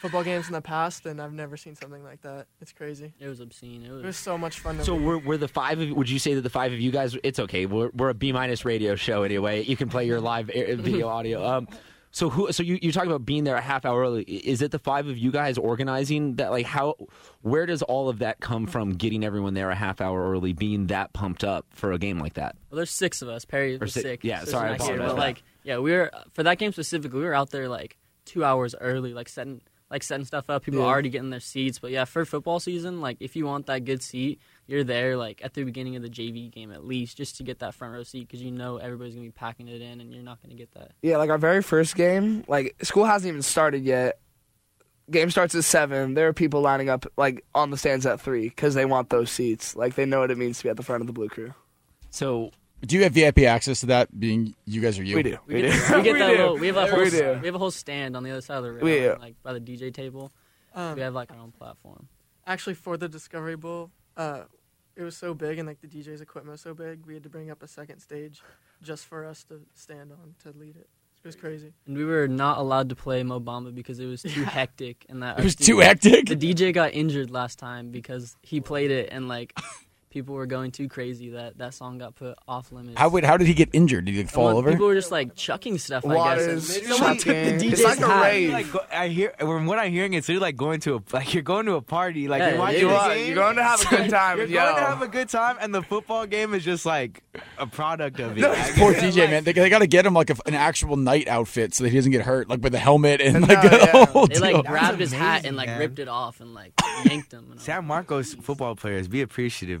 [SPEAKER 11] football games in the past, and I've never seen something like that. It's crazy.
[SPEAKER 7] It was obscene. It was,
[SPEAKER 11] it was so much fun. To
[SPEAKER 10] So
[SPEAKER 11] lead.
[SPEAKER 10] we're, we're the five of would you say that the five of you guys it's okay we're, we're a B minus radio show anyway you can play (laughs) your live air, video audio um so who so you you talk about being there a half hour early is it the five of you guys organizing that like how where does all of that come from getting everyone there a half hour early being that pumped up for a game like that
[SPEAKER 7] Well, there's six of us. Perry was
[SPEAKER 10] si-
[SPEAKER 7] sick.
[SPEAKER 10] yeah,
[SPEAKER 7] so it's
[SPEAKER 10] sorry, I
[SPEAKER 7] not here,
[SPEAKER 10] apologize.
[SPEAKER 7] But like, yeah, we were for that game specifically. We were out there like two hours early, like setting like setting stuff up. People
[SPEAKER 11] Yeah.
[SPEAKER 7] are already getting their seats. But yeah, for football season, like if you want that good seat, you're there like at the beginning of the JV game at least, just to get that front row seat because you know everybody's gonna be packing it in, and you're not gonna get that.
[SPEAKER 5] Yeah, like our very first game, like school hasn't even started yet. Game starts at seven. There are people lining up like on the stands at three because they want those seats. Like they know what it means to be at the front of the blue crew.
[SPEAKER 10] So
[SPEAKER 4] (laughs) do you have VIP access to that? Being you guys are you?
[SPEAKER 5] We do.
[SPEAKER 7] We, get,
[SPEAKER 5] (laughs)
[SPEAKER 7] we get that little. We have a whole.
[SPEAKER 4] We
[SPEAKER 7] s-
[SPEAKER 4] do.
[SPEAKER 7] We have a whole stand on the other side of the rail,
[SPEAKER 4] We do.
[SPEAKER 7] like by the DJ table.
[SPEAKER 11] Um,
[SPEAKER 7] we have like our own platform.
[SPEAKER 11] Actually, for the Discovery Bowl, uh, it was so big, and like the DJ's equipment was so big, we had to bring up a second stage just for us to stand on to lead it. It was crazy.
[SPEAKER 7] And we were not allowed to play Mo Bamba because it was
[SPEAKER 4] (laughs)
[SPEAKER 7] too hectic. And that
[SPEAKER 4] It was too hectic?
[SPEAKER 7] The DJ got injured last time because he played it, and
[SPEAKER 4] (laughs)
[SPEAKER 7] like people were going too crazy. That that song got put off limits.
[SPEAKER 4] How would how did he get injured? Did he like, fall
[SPEAKER 7] Well,
[SPEAKER 4] over?
[SPEAKER 7] People were just like chucking stuff. I guess.
[SPEAKER 5] Waters,
[SPEAKER 7] Someone took the DJ's hat.
[SPEAKER 12] Like, go- I hear from what I'm hearing, it's really like going to a like you're going to a party. Like
[SPEAKER 5] Yeah,
[SPEAKER 12] you're
[SPEAKER 5] it
[SPEAKER 12] watching
[SPEAKER 5] is. You
[SPEAKER 12] the
[SPEAKER 5] are.
[SPEAKER 12] game.
[SPEAKER 5] You're going to have a
[SPEAKER 12] (laughs)
[SPEAKER 5] good time,
[SPEAKER 12] You're
[SPEAKER 5] yo.
[SPEAKER 12] going to have a good time, and the football game is just like a product of it.
[SPEAKER 4] (laughs)
[SPEAKER 12] I
[SPEAKER 5] (laughs)
[SPEAKER 4] Poor
[SPEAKER 12] (laughs)
[SPEAKER 4] DJ man, they, they got to get him like a, an actual night outfit so that he doesn't get hurt, like with a helmet and like the
[SPEAKER 12] (laughs) oh,
[SPEAKER 4] whole
[SPEAKER 7] They like
[SPEAKER 4] deal.
[SPEAKER 7] grabbed his hat
[SPEAKER 12] amazing,
[SPEAKER 7] and like
[SPEAKER 12] man.
[SPEAKER 7] ripped it off and like yanked him.
[SPEAKER 12] (laughs) San Marcos football players, be appreciative,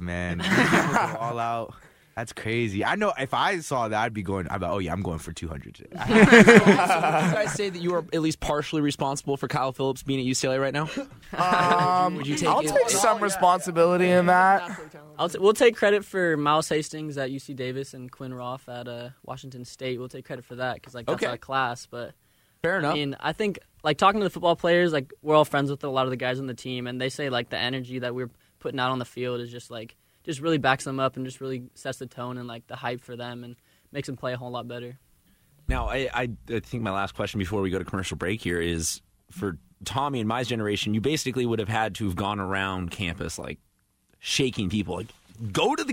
[SPEAKER 7] (laughs)
[SPEAKER 12] man. These people go all out. That's crazy. I know if I saw that, I'd be going. I'd be like, oh yeah, I'm going for
[SPEAKER 7] (laughs)
[SPEAKER 12] 200 (laughs) today.
[SPEAKER 10] so would you (laughs) guys say that you are at least partially responsible for Kyle Phillips being at UCLA (laughs) right now
[SPEAKER 5] Um,
[SPEAKER 10] Would you take
[SPEAKER 5] I'll
[SPEAKER 10] it? Oh,
[SPEAKER 5] take some responsibility in that.
[SPEAKER 7] I'll t- we'll take credit for Miles Hastings at UC Davis and Quinn Roth at uh, Washington State. We'll take credit for that because like that's
[SPEAKER 10] Okay.
[SPEAKER 7] our class. But
[SPEAKER 10] fair enough
[SPEAKER 7] I mean, I think like talking to the football players, like we're all friends with a lot of the guys on the team, and they say like the energy that we're putting out on the field is just like just really backs them up and just really sets the tone and like the hype for them and makes them play a whole lot better.
[SPEAKER 10] Now, I, I, I think my last question before we go to commercial break here is for Tommy and my generation, you basically would have had to have gone around campus like shaking people, like, go to the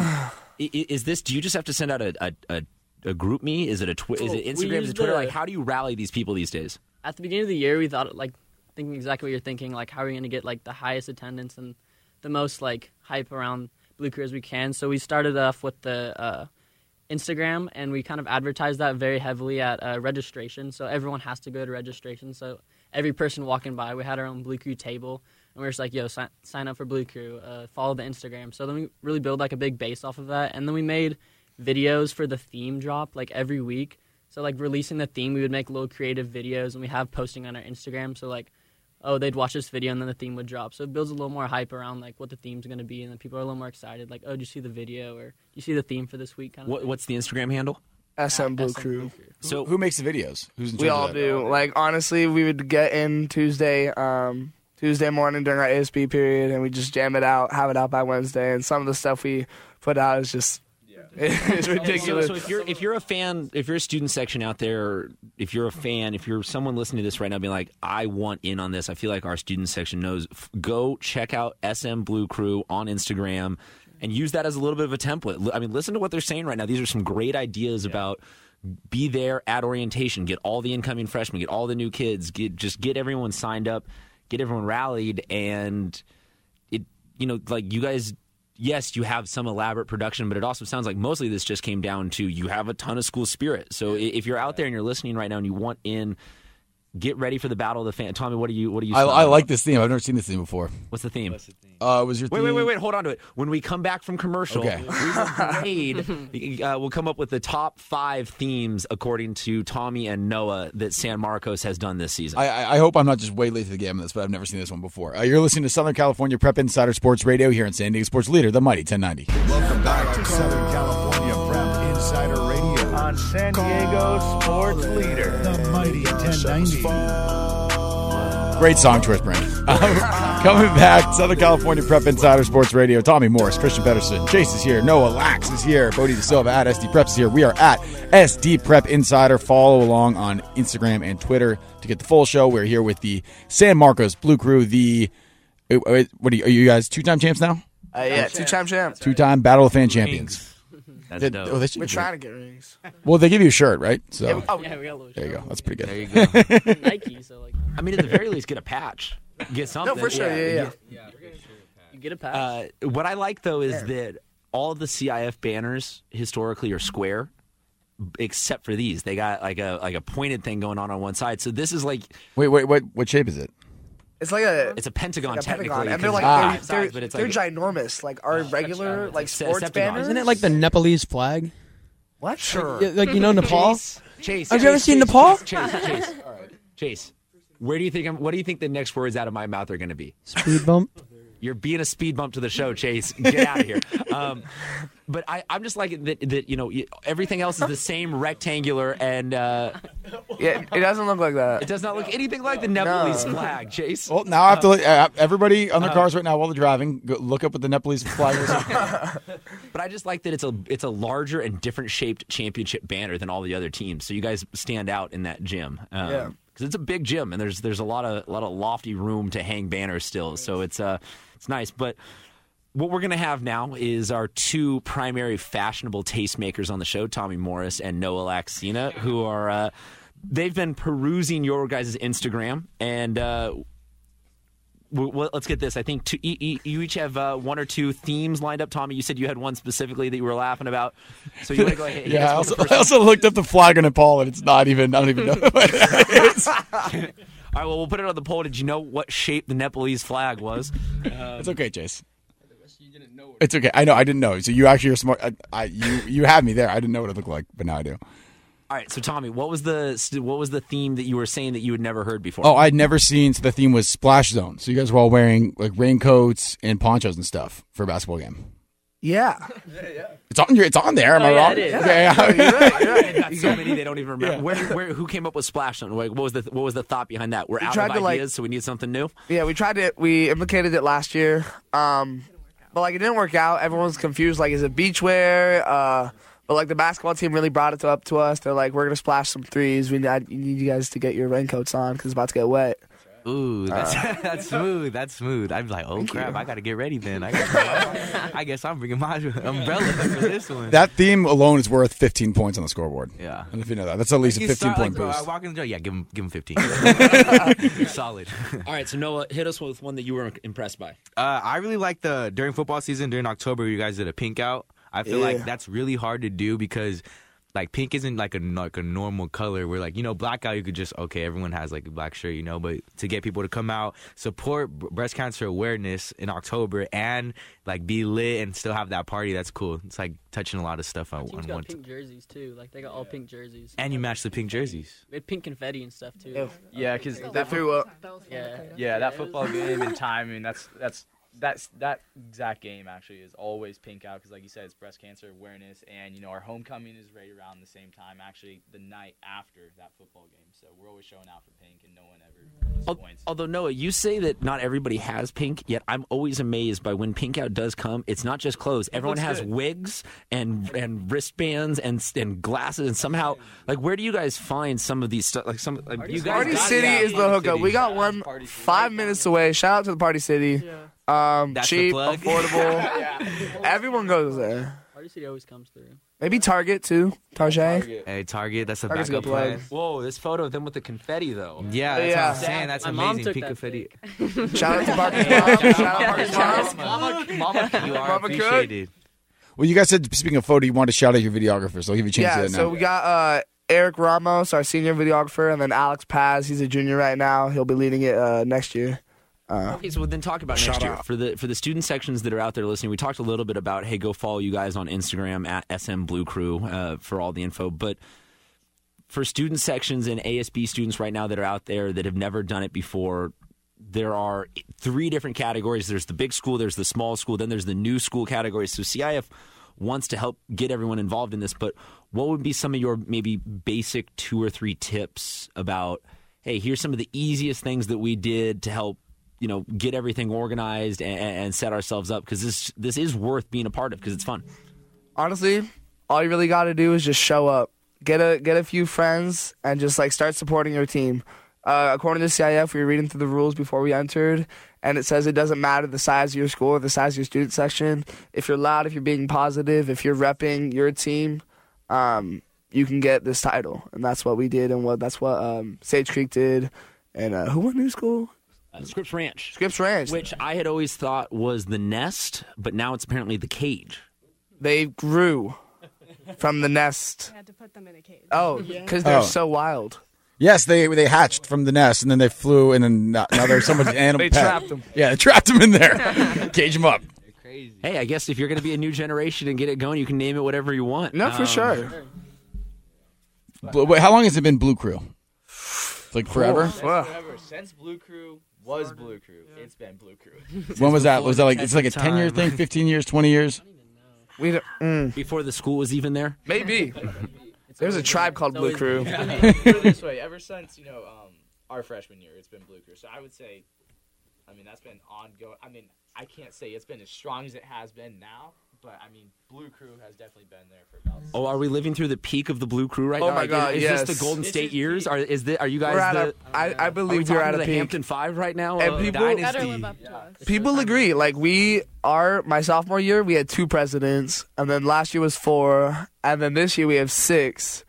[SPEAKER 4] (sighs)
[SPEAKER 10] I- i- is this, do you just have to send out a, a, a, a group me? Is it a twi- is
[SPEAKER 7] Well,
[SPEAKER 10] it
[SPEAKER 7] Oh, we
[SPEAKER 10] Instagram? Is
[SPEAKER 7] use
[SPEAKER 10] it Twitter?
[SPEAKER 7] the-
[SPEAKER 10] Like, how do you rally these people these days?
[SPEAKER 7] at the beginning of the year, we thought like thinking exactly what you're thinking, like how are we going to get like the highest attendance and the most like hype around Blue Crew as we can. So we started off with the uh, Instagram, and we kind of advertised that very heavily at uh, registration. So everyone has to go to registration. So every person walking by, we had our own Blue Crew table, and we were just like, "Yo, sign, sign up for Blue Crew, uh, follow the Instagram." So then we really build like a big base off of that, and then we made videos for the theme drop like every week. So like releasing the theme, we would make little creative videos and we have posting on our Instagram. So like, oh, they'd watch this video and then the theme would drop. So it builds a little more hype around like what the theme's going to be, and then people are a little more excited. Like, oh, did you see the video or did you see the theme for this week? Kind of.
[SPEAKER 10] What, what's the Instagram handle?
[SPEAKER 5] SM Blue Crew.
[SPEAKER 10] So
[SPEAKER 4] who makes the videos? Who's in
[SPEAKER 5] We
[SPEAKER 4] charge
[SPEAKER 5] all
[SPEAKER 4] of that?
[SPEAKER 5] do. Like honestly, we would get in Tuesday, um, Tuesday morning during our ASB period, and we just jam it out, have it out by Wednesday. And some of the stuff we put out is just (laughs) it's ridiculous.
[SPEAKER 10] So, so if you're if you're a fan, if you're a student section out there, if you're a fan, if you're someone listening to this right now, being like, I want in on this. I feel like our student section knows. F- go check out SM Blue Crew on Instagram, and use that as a little bit of a template. L- I mean, listen to what they're saying right now. These are some great ideas about. Be there at orientation. Get all the incoming freshmen. Get all the new kids. Get just get everyone signed up. Get everyone rallied and it you know like you guys yes you have some elaborate production but it also sounds like mostly this just came down to you have a ton of school spirit so i if you're out there and you're listening right now and you want in get ready for the battle of the fan tommy what do (laughs) you what do you
[SPEAKER 4] I,
[SPEAKER 10] smell?
[SPEAKER 4] I like this theme. I've never seen this theme before.
[SPEAKER 10] What's the theme?
[SPEAKER 4] Uh, was your
[SPEAKER 10] Wait,
[SPEAKER 4] theme?
[SPEAKER 10] wait, wait, wait! Hold on to it. When we come back from commercial,
[SPEAKER 4] Okay. (laughs)
[SPEAKER 10] we will grade. uh, we'll come up with the top five themes according to Tommy and Noah that San Marcos has done this season.
[SPEAKER 4] I, I- I hope I'm not just way late to the game on this, but I've never seen this one before. Uh, you're listening to Southern California Prep Insider Sports Radio here in San Diego Sports Leader, the Mighty 1090.
[SPEAKER 1] Welcome back to Southern California Prep Insider Radio on San Diego Sports Leader, the mighty 1090.
[SPEAKER 4] Great song, Twist Brain. Uh, Coming back, Southern California Prep Insider Sports Radio. Tommy Morris, Christian Pedersen, Chase is here, Noah Lax is here, Bodie De Silva at SD Preps is here. We are at SD Prep Insider. Follow along on Instagram and Twitter to get the full show. We're here with the San Marcos Blue Crew. The uh, uh, what are you, are you guys two time champs now?
[SPEAKER 5] Uh, yeah, two-time champ.
[SPEAKER 4] Two time Battle of Fan champions.
[SPEAKER 5] That's
[SPEAKER 4] Did- oh, they should-
[SPEAKER 5] We're trying to get rings.
[SPEAKER 4] Well, they give you a shirt, right? So
[SPEAKER 5] Yeah, we- oh, yeah, we got a little
[SPEAKER 4] there you go. That's pretty good.
[SPEAKER 10] There
[SPEAKER 4] (laughs)
[SPEAKER 10] you go.
[SPEAKER 7] Nike, so like.
[SPEAKER 10] I mean, at the very least, get a patch. Get something.
[SPEAKER 7] Oh, for sure, yeah, yeah.
[SPEAKER 10] Get-
[SPEAKER 7] You get a pass.
[SPEAKER 10] Uh, what I like though is that all the CIF banners historically are square, b- except for these. They got like a like a pointed thing going on on one side. So this is like
[SPEAKER 4] wait, wait, what? What shape is it?
[SPEAKER 5] It's like a
[SPEAKER 10] it's a pentagon
[SPEAKER 5] like a
[SPEAKER 10] technically.
[SPEAKER 5] pentagon,
[SPEAKER 10] 'cause
[SPEAKER 5] and they're
[SPEAKER 10] it's
[SPEAKER 5] like they're,
[SPEAKER 10] five
[SPEAKER 5] they're,
[SPEAKER 10] sides, but it's
[SPEAKER 5] they're
[SPEAKER 10] like
[SPEAKER 5] ginormous. Like our regular like
[SPEAKER 10] se-
[SPEAKER 5] sports
[SPEAKER 10] septagon.
[SPEAKER 5] banners.
[SPEAKER 14] Isn't it like the Nepalese flag?
[SPEAKER 5] What?
[SPEAKER 10] Sure.
[SPEAKER 14] Yeah, Like, you know Nepal?
[SPEAKER 10] Chase, Chase.
[SPEAKER 14] Have you ever
[SPEAKER 10] Chase,
[SPEAKER 14] seen
[SPEAKER 10] Chase,
[SPEAKER 14] Nepal?
[SPEAKER 10] Chase, Chase, Chase. All right. Chase, where do you think I'm? What do you think the next words out of my mouth are going to be?
[SPEAKER 14] Speed bump.
[SPEAKER 10] You're being a speed bump to the show, Chase. Get out of here. Um, but I, I'm just like that. That you know, y- everything else is the same rectangular, and uh,
[SPEAKER 5] yeah, it doesn't look like that.
[SPEAKER 10] It does not look anything like the Nepalese flag, Chase.
[SPEAKER 4] Well, now I have to.
[SPEAKER 10] Uh,
[SPEAKER 4] Look, uh, everybody on their
[SPEAKER 10] uh,
[SPEAKER 4] cars right now while they're driving, go look up what the Nepalese flag
[SPEAKER 10] (laughs)
[SPEAKER 4] is.
[SPEAKER 10] Oh, But I just like that it's a it's a larger and different shaped championship banner than all the other teams. So you guys stand out in that gym. Um,
[SPEAKER 5] Yeah.
[SPEAKER 10] Because it's a big gym and there's there's a lot of a lot of lofty room to hang banners still. So it's uh it's nice. But what we're gonna have now is our two primary fashionable tastemakers on the show, Tommy Morris and Noah Laxina, who are uh, they've been perusing your guys' Instagram and. Uh, well, well, let's get this. I think two, e- e- you each have uh, one or two themes lined up. Tommy, you said you had one specifically that you were laughing about. So you want to go ahead?
[SPEAKER 4] yeah, I also, I also looked up the flag in Nepal, and it's not even. I don't even know. what
[SPEAKER 10] (laughs)
[SPEAKER 4] it is.
[SPEAKER 10] All right. Well, we'll put it on the poll. Did you know what shape the Nepalese flag was? it's
[SPEAKER 4] okay, Chase. it's okay. I know. I didn't know. So you actually are smart. I, I you you have me there. I didn't know what it looked like, but now I do.
[SPEAKER 10] All right. So Tommy, what was the what was the theme that you were saying that you had never heard before?
[SPEAKER 4] Oh, I'd never seen. So the theme was splash zone. So you guys were all wearing like raincoats and ponchos and stuff for a basketball game.
[SPEAKER 5] Yeah.
[SPEAKER 4] It's on your. It's on there. Am
[SPEAKER 5] Oh,
[SPEAKER 4] I
[SPEAKER 5] yeah,
[SPEAKER 4] wrong?
[SPEAKER 5] it is.
[SPEAKER 4] Okay, yeah.
[SPEAKER 5] Yeah, you're right, you're
[SPEAKER 10] They've (laughs) got so many they don't even remember. Where, where, who came up with splash zone? Like, what was the what was the thought behind that? We're
[SPEAKER 5] We
[SPEAKER 10] out
[SPEAKER 5] tried
[SPEAKER 10] of
[SPEAKER 5] to, like-
[SPEAKER 10] ideas, so we need something new.
[SPEAKER 5] Yeah, we tried it. We implicated it last year, um, but like it didn't work out. Everyone was confused. Like, is it beachwear? Uh, but like the basketball team really brought it to, up to us. They're like, we're gonna splash some threes. We need, you need you guys to get your raincoats on because it's about to get wet.
[SPEAKER 12] Ooh, that's, (laughs)
[SPEAKER 5] Uh.
[SPEAKER 12] that's smooth. That's smooth. I'm like, oh crap, I gotta get ready then. I, gotta, I guess I'm bringing my (laughs) umbrella for this one.
[SPEAKER 4] That (laughs) theme alone is worth 15 points on the scoreboard.
[SPEAKER 12] Yeah.
[SPEAKER 4] I don't know if you know that. That's at least a
[SPEAKER 12] Like, you
[SPEAKER 4] 15
[SPEAKER 12] start,
[SPEAKER 4] point
[SPEAKER 12] like,
[SPEAKER 10] uh,
[SPEAKER 4] boost.
[SPEAKER 12] I walk in the door, yeah, give him, give him (laughs)
[SPEAKER 5] (laughs)
[SPEAKER 12] 15. Solid.
[SPEAKER 10] All right. So Noah, hit us with one that you were impressed by.
[SPEAKER 12] Uh, I really like the during football season during October. You guys did a pink out. I feel
[SPEAKER 10] Yeah.
[SPEAKER 12] like that's really hard to do because like pink isn't like a like a normal color. Where like you know black out, you could just okay, everyone has like a black shirt, you know. But to get people to come out, support b- breast cancer awareness in October, and like be lit and still have that party, that's cool. It's like touching a lot of stuff on,
[SPEAKER 7] Teams
[SPEAKER 12] on
[SPEAKER 7] got
[SPEAKER 12] Oh, one.
[SPEAKER 7] pink jerseys too. Like they got all pink jerseys.
[SPEAKER 12] And you match the pink jerseys.
[SPEAKER 7] They had pink confetti and stuff too.
[SPEAKER 9] Yeah, 'cause that threw
[SPEAKER 5] up.
[SPEAKER 7] Oh. Yeah.
[SPEAKER 9] Yeah, that football
[SPEAKER 7] it was-
[SPEAKER 9] game and timing. That's that's that's that exact game actually is always pink out because, like you said, it's breast cancer awareness, and you know our homecoming is right around the same time. Actually, the night after that football game, so we're always showing out for pink, and no one ever
[SPEAKER 10] Al- Although Noah, you say that not everybody has pink, yet I'm always amazed by when pink out does come. It's not just clothes; everyone
[SPEAKER 9] looks
[SPEAKER 10] has
[SPEAKER 9] good.
[SPEAKER 10] wigs and and wristbands and s- and glasses, and somehow, like, where do you guys find some of these stuff? Like some, like, (laughs) you guys.
[SPEAKER 5] Party
[SPEAKER 10] got-
[SPEAKER 5] City
[SPEAKER 10] yeah,
[SPEAKER 5] is the
[SPEAKER 10] Party
[SPEAKER 5] hookup.
[SPEAKER 10] City.
[SPEAKER 5] We got one five minutes away. Shout out to the Party City. Um,
[SPEAKER 10] That's the
[SPEAKER 5] cheap,
[SPEAKER 10] plug. (laughs)
[SPEAKER 5] affordable. Everyone goes there.
[SPEAKER 7] Party City always comes through.
[SPEAKER 5] Maybe Target too. Target.
[SPEAKER 12] Hey, Target, that's a
[SPEAKER 5] Target's a
[SPEAKER 12] backup
[SPEAKER 5] good plug.
[SPEAKER 12] plan.
[SPEAKER 10] Whoa, this photo of them with the confetti, though.
[SPEAKER 12] Yeah, that's what I'm saying. That's
[SPEAKER 10] My mom
[SPEAKER 12] amazing.
[SPEAKER 10] took
[SPEAKER 12] Pink
[SPEAKER 10] that
[SPEAKER 5] (laughs)
[SPEAKER 12] confetti.
[SPEAKER 5] Shout out to Parker Mom. Shout out to Parker
[SPEAKER 10] Mama,
[SPEAKER 12] you are
[SPEAKER 5] Mama Cook.
[SPEAKER 12] appreciated.
[SPEAKER 4] Well, you guys said speaking of photo, you want to shout out your videographer, so I'll give you a chance
[SPEAKER 5] Yeah,
[SPEAKER 4] to do that
[SPEAKER 5] so
[SPEAKER 4] now.
[SPEAKER 5] we got uh, Eric Ramos, our senior videographer, and then Alex Paz. He's a junior right now. He'll be leading it uh, next year. Uh,
[SPEAKER 10] Okay, so then talk about next
[SPEAKER 5] Shout
[SPEAKER 10] year
[SPEAKER 5] out.
[SPEAKER 10] for the for the student sections that are out there listening. We talked a little bit about hey, go follow you guys on Instagram at SM Blue Crew uh, for all the info. But for student sections and ASB students right now that are out there that have never done it before, there are three different categories. There's the big school, there's the small school, then there's the new school category. So CIF wants to help get everyone involved in this. But what would be some of your maybe basic two or three tips about? Hey, here's some of the easiest things that we did to help you know get everything organized and, and set ourselves up because this this is worth being a part of because it's fun.
[SPEAKER 5] honestly, all you really got to do is just show up, get a get a few friends, and just like start supporting your team. Uh, according to CIF, we were reading through the rules before we entered, and it says it doesn't matter the size of your school or the size of your student section. If you're loud, if you're being positive, if you're repping your team, um, you can get this title, and that's what we did, and what that's what um, Sage Creek did, and uh, who won New School?
[SPEAKER 10] Uh, Scripps Ranch.
[SPEAKER 5] Scripps Ranch.
[SPEAKER 10] Which I had always thought was the nest, but now it's apparently the cage.
[SPEAKER 5] They grew from the nest.
[SPEAKER 8] had to put them in a cage.
[SPEAKER 5] Oh, because they're
[SPEAKER 4] Oh.
[SPEAKER 5] so wild.
[SPEAKER 4] Yes, they they hatched from the nest and then they flew and then now, now they're
[SPEAKER 5] (laughs)
[SPEAKER 4] someone's animal.
[SPEAKER 5] They
[SPEAKER 4] pet.
[SPEAKER 5] trapped 'em.
[SPEAKER 4] Yeah, they trapped them in there. (laughs) Cage them up.
[SPEAKER 10] Hey, I guess if you're going to be a new generation and get it going, you can name it whatever you want. Um,
[SPEAKER 5] No, for sure.
[SPEAKER 4] Blue, wait, how long has it been Blue Crew? It's like forever.
[SPEAKER 9] Since, forever. Since Blue Crew was Blue Crew, it's been Blue Crew.
[SPEAKER 4] When was that? Was that like it's like a ten year thing, fifteen years, twenty years?
[SPEAKER 5] We don't, mm.
[SPEAKER 10] Mm. Before the school was even there?
[SPEAKER 5] Maybe. There's a tribe called Blue Crew.
[SPEAKER 9] Put it (laughs) this way, ever since you know um, our freshman year, it's been Blue Crew. So I would say, I mean, that's been ongoing. I mean, I can't say it's been as strong as it has been now, but I mean, Blue Crew has definitely been there for about.
[SPEAKER 10] (laughs) Oh, are we living through the peak of the blue crew right
[SPEAKER 5] Oh
[SPEAKER 10] now?
[SPEAKER 5] my
[SPEAKER 10] Like,
[SPEAKER 5] God,
[SPEAKER 10] Is,
[SPEAKER 5] yes.
[SPEAKER 10] this the Golden State years? Are is this, are you guys?
[SPEAKER 5] We're at
[SPEAKER 10] the,
[SPEAKER 5] a- I, I
[SPEAKER 10] are we
[SPEAKER 5] believe
[SPEAKER 10] talking
[SPEAKER 5] we're at
[SPEAKER 10] to
[SPEAKER 5] a
[SPEAKER 10] the
[SPEAKER 5] peak.
[SPEAKER 10] Hampton Five right now.
[SPEAKER 5] And
[SPEAKER 10] Uh,
[SPEAKER 5] people-
[SPEAKER 10] dynasty.
[SPEAKER 5] Better People agree. Like we, our my sophomore year, we had two presidents, and then last year was four, and then this year we have six,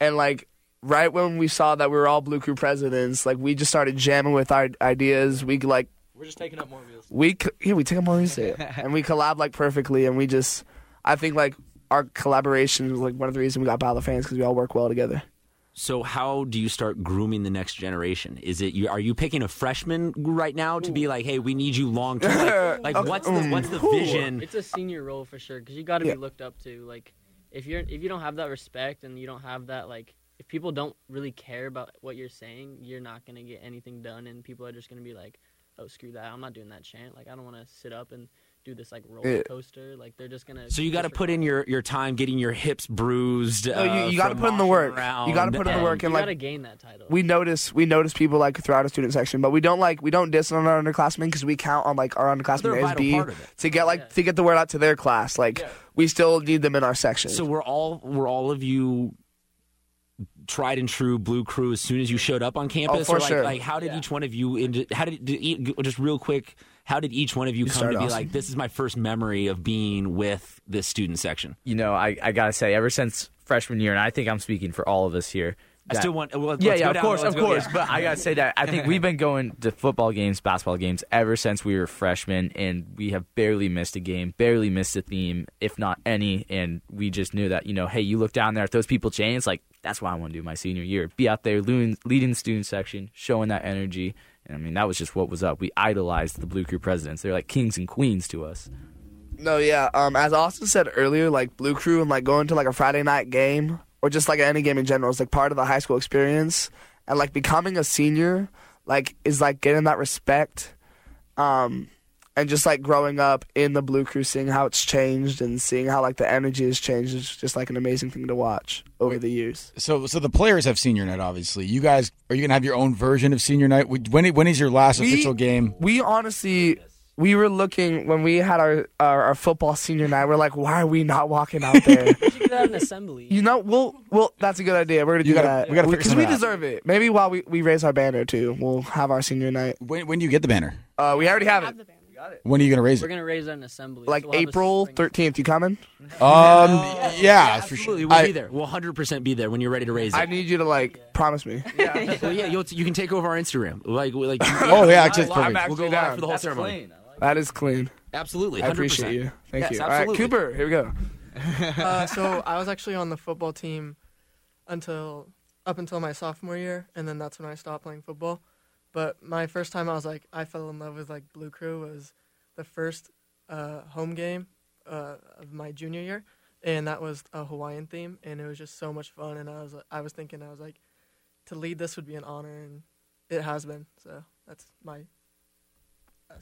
[SPEAKER 5] and like right when we saw that we were all Blue Crew presidents, like we just started jamming with our ideas. We like
[SPEAKER 9] We're just taking up more real
[SPEAKER 5] we co- yeah we take a more reset and we collab like perfectly, and we just I think like our collaboration was like one of the reasons we got Battle fans because we all work well together.
[SPEAKER 10] So how do you start grooming the next generation? Is it you? Are you picking a freshman right now to be like, hey, we need you long term?
[SPEAKER 5] (laughs)
[SPEAKER 10] Like, like,
[SPEAKER 7] Okay.
[SPEAKER 10] what's
[SPEAKER 5] Mm.
[SPEAKER 10] the what's the vision?
[SPEAKER 7] It's a senior role for sure because you got to
[SPEAKER 10] Yeah.
[SPEAKER 7] be looked up to. Like if you're if you don't have that respect and you don't have that like if people don't really care about what you're saying, you're not gonna get anything done, and people are just gonna be like, oh screw that, I'm not doing that chant. Like I don't want to sit up and do this like roller
[SPEAKER 10] Yeah.
[SPEAKER 7] coaster. Like they're just gonna.
[SPEAKER 10] So you got to put in your, your time getting your hips bruised.
[SPEAKER 5] No, you-
[SPEAKER 10] uh,
[SPEAKER 5] you gotta
[SPEAKER 10] from
[SPEAKER 5] put in the
[SPEAKER 10] moshing
[SPEAKER 5] work. You
[SPEAKER 10] around,
[SPEAKER 5] gotta put in the work and, You like- gotta
[SPEAKER 7] gain that title.
[SPEAKER 5] we notice we notice people like throughout our student section, but we don't like we don't diss on our underclassmen because we count on like
[SPEAKER 10] They're
[SPEAKER 5] our
[SPEAKER 10] a
[SPEAKER 5] underclassmen as
[SPEAKER 10] vital
[SPEAKER 5] B
[SPEAKER 10] part of
[SPEAKER 5] to get like to get the word out to their class. Like we still need them in our section. Oh,
[SPEAKER 10] So we're all we're all of you tried and true blue crew as soon as you showed up on campus
[SPEAKER 5] Oh, for
[SPEAKER 10] or like,
[SPEAKER 5] sure.
[SPEAKER 10] like how did each one of you into, how did, did e- just real quick how did each one of you, come
[SPEAKER 9] start,
[SPEAKER 10] to be
[SPEAKER 9] Austin.
[SPEAKER 10] like this is my first memory of being with this student section
[SPEAKER 9] You know, I, I gotta say, ever since freshman year, and I think I'm speaking for all of us here.
[SPEAKER 10] I still want- well, let's
[SPEAKER 9] yeah,
[SPEAKER 10] go
[SPEAKER 9] yeah,
[SPEAKER 10] down,
[SPEAKER 9] of course,
[SPEAKER 10] let's
[SPEAKER 9] of
[SPEAKER 10] go-
[SPEAKER 9] course.
[SPEAKER 10] yeah.
[SPEAKER 9] But I gotta say that I think we've been going to football games, basketball games ever since we were freshmen, and we have barely missed a game, barely missed a theme, if not any. And we just knew that you know, hey, you look down there at those people chanting, it's like that's why I want to do my senior year, be out there leading, leading the student section, showing that energy. And I mean, that was just what was up. We idolized the Blue Crew presidents; they're like kings and queens to us.
[SPEAKER 5] No, yeah. Um, as Austin said earlier, like Blue Crew and like going to like a Friday night game or just like any game in general is like part of the high school experience, and like becoming a senior, like is like getting that respect, um, and just like growing up in the Blue Crew, seeing how it's changed and seeing how like the energy has changed is just like an amazing thing to watch over the years.
[SPEAKER 4] So so the players have senior night. Obviously, you guys are you gonna have your own version of senior night? When when is your last
[SPEAKER 5] We-
[SPEAKER 4] official game?
[SPEAKER 5] We honestly. We were looking when we had our, our our football senior night. We're like, why are we not walking out there?
[SPEAKER 7] You got an assembly.
[SPEAKER 5] You know, we'll well. That's a good idea. We're gonna do
[SPEAKER 4] You gotta-
[SPEAKER 5] that.
[SPEAKER 4] we gotta figure
[SPEAKER 5] because we
[SPEAKER 4] something out.
[SPEAKER 5] deserve it. Maybe while we, we raise our banner too, we'll have our senior night.
[SPEAKER 4] When when do you get the banner?
[SPEAKER 5] Uh, we already have, it.
[SPEAKER 4] When are you gonna raise
[SPEAKER 7] We're
[SPEAKER 4] it?
[SPEAKER 7] gonna raise an assembly.
[SPEAKER 5] Like April thirteenth. You coming?
[SPEAKER 4] Um, yeah, for
[SPEAKER 10] absolutely
[SPEAKER 4] sure.
[SPEAKER 10] we'll
[SPEAKER 4] I-
[SPEAKER 10] be there we'll 100% be there when you're ready to raise it
[SPEAKER 5] I need you to like promise me.
[SPEAKER 10] well, (laughs) yeah you'll, you can take over our Instagram like we- like
[SPEAKER 4] (laughs)
[SPEAKER 5] Oh, yeah, actually, it's
[SPEAKER 10] Live,
[SPEAKER 5] perfect.
[SPEAKER 10] we'll go
[SPEAKER 5] Actually,
[SPEAKER 10] live
[SPEAKER 5] yeah.
[SPEAKER 10] for the whole
[SPEAKER 5] That's
[SPEAKER 10] ceremony
[SPEAKER 5] That is clean.
[SPEAKER 10] absolutely 100%.
[SPEAKER 5] I appreciate you. Thank
[SPEAKER 10] Yes,
[SPEAKER 5] you. All right,
[SPEAKER 10] absolutely.
[SPEAKER 5] Cooper. Here we go.
[SPEAKER 11] uh, so I was actually on the football team until up until my sophomore year, and then that's when I stopped playing football. But my first time, I was like, I fell in love with like Blue Crew was the first uh, home game uh, of my junior year, and that was a Hawaiian theme, and it was just so much fun. And I was I was thinking I was like, to lead this would be an honor, and it has been. So that's my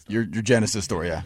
[SPEAKER 4] Your your Genesis story, yeah.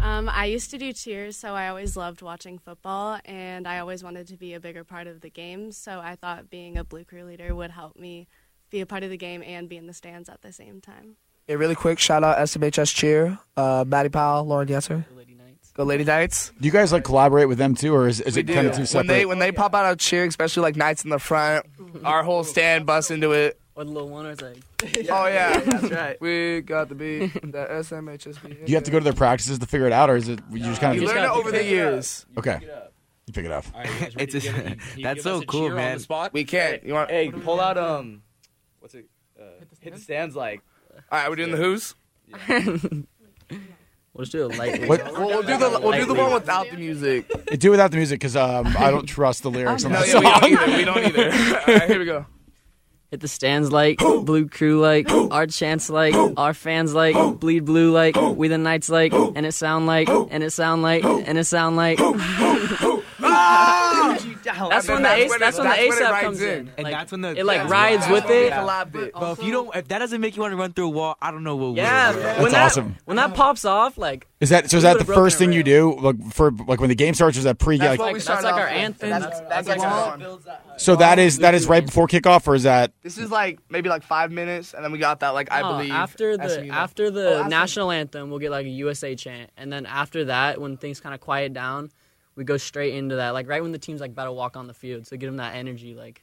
[SPEAKER 8] Um, I used to do cheers, so I always loved watching football, and I always wanted to be a bigger part of the game. So I thought being a blue crew leader would help me be a part of the game and be in the stands at the same time.
[SPEAKER 5] Yeah, really quick, shout out SMHS Cheer, uh, Maddie Powell, Lauren Dancer. Go Lady Knights. (laughs) Go Lady Knights.
[SPEAKER 4] Do you guys like collaborate with them too, or is, is
[SPEAKER 5] We
[SPEAKER 4] it kind of
[SPEAKER 5] do.
[SPEAKER 4] two
[SPEAKER 5] When they
[SPEAKER 4] separate?
[SPEAKER 5] when they pop out of cheer, especially like Knights in the front, our whole stand busts into it.
[SPEAKER 7] Or the little one was like, (laughs)
[SPEAKER 5] Oh yeah, that's right. We got the beat, the SMHS beat.
[SPEAKER 4] Do you have to go to their practices to figure it out, or is it you just kind of
[SPEAKER 5] You learn it over the years.
[SPEAKER 4] Okay, you pick it up. (laughs)
[SPEAKER 12] It's a- that's so cool, man.
[SPEAKER 5] We can't. You want?
[SPEAKER 9] Hey, pull out um, what's it? Uh, hit the stands like.
[SPEAKER 5] All right, we're doing the Who's.
[SPEAKER 7] (laughs) Let's do it lightly.
[SPEAKER 4] What-
[SPEAKER 5] We'll, we'll do the we'll do the one without the music.
[SPEAKER 4] Do it without the music because um, I don't trust the lyrics on
[SPEAKER 5] No,
[SPEAKER 4] that
[SPEAKER 5] yeah, we don't
[SPEAKER 4] song.
[SPEAKER 5] either. We don't either. All right, here we go.
[SPEAKER 7] Hit the stands like, blue crew like, our chance like, our fans like, bleed blue like, we the knights like, and it sound like, and it sound like, and it sound like. That's when the ace-
[SPEAKER 12] That's when it-
[SPEAKER 7] that's when the
[SPEAKER 12] that's when it
[SPEAKER 7] ASAP
[SPEAKER 12] rides
[SPEAKER 7] comes
[SPEAKER 12] in.
[SPEAKER 7] in.
[SPEAKER 12] And that's when the-
[SPEAKER 7] it like
[SPEAKER 12] yeah.
[SPEAKER 7] rides with it.
[SPEAKER 12] Well, if you don't, if that doesn't make you want to run through a wall, I don't know what.
[SPEAKER 7] Yeah,
[SPEAKER 12] will.
[SPEAKER 7] when
[SPEAKER 4] That's
[SPEAKER 7] that,
[SPEAKER 4] awesome.
[SPEAKER 7] (sighs) When that pops off, like
[SPEAKER 4] Is that so? Is
[SPEAKER 7] we
[SPEAKER 4] that the
[SPEAKER 7] would've broken
[SPEAKER 4] first
[SPEAKER 7] a
[SPEAKER 4] thing you do, like for like when the game starts? Or is that pre?
[SPEAKER 7] That's
[SPEAKER 4] like,
[SPEAKER 7] what we That's started like off our with. anthem.
[SPEAKER 5] That's, that's, like our anthem.
[SPEAKER 4] so that is that is right before kickoff, or is
[SPEAKER 5] (laughs)
[SPEAKER 4] that
[SPEAKER 5] This is like maybe like five minutes, and then we got that like I
[SPEAKER 7] No,
[SPEAKER 5] believe
[SPEAKER 7] Oh, after the
[SPEAKER 5] SMU.
[SPEAKER 7] after the
[SPEAKER 5] Oh, after-
[SPEAKER 7] national anthem, we'll get like a USA chant, and then after that, when things kind of quiet down, we go straight into that. Like right when the team's like about to walk on the field, so get them that energy, like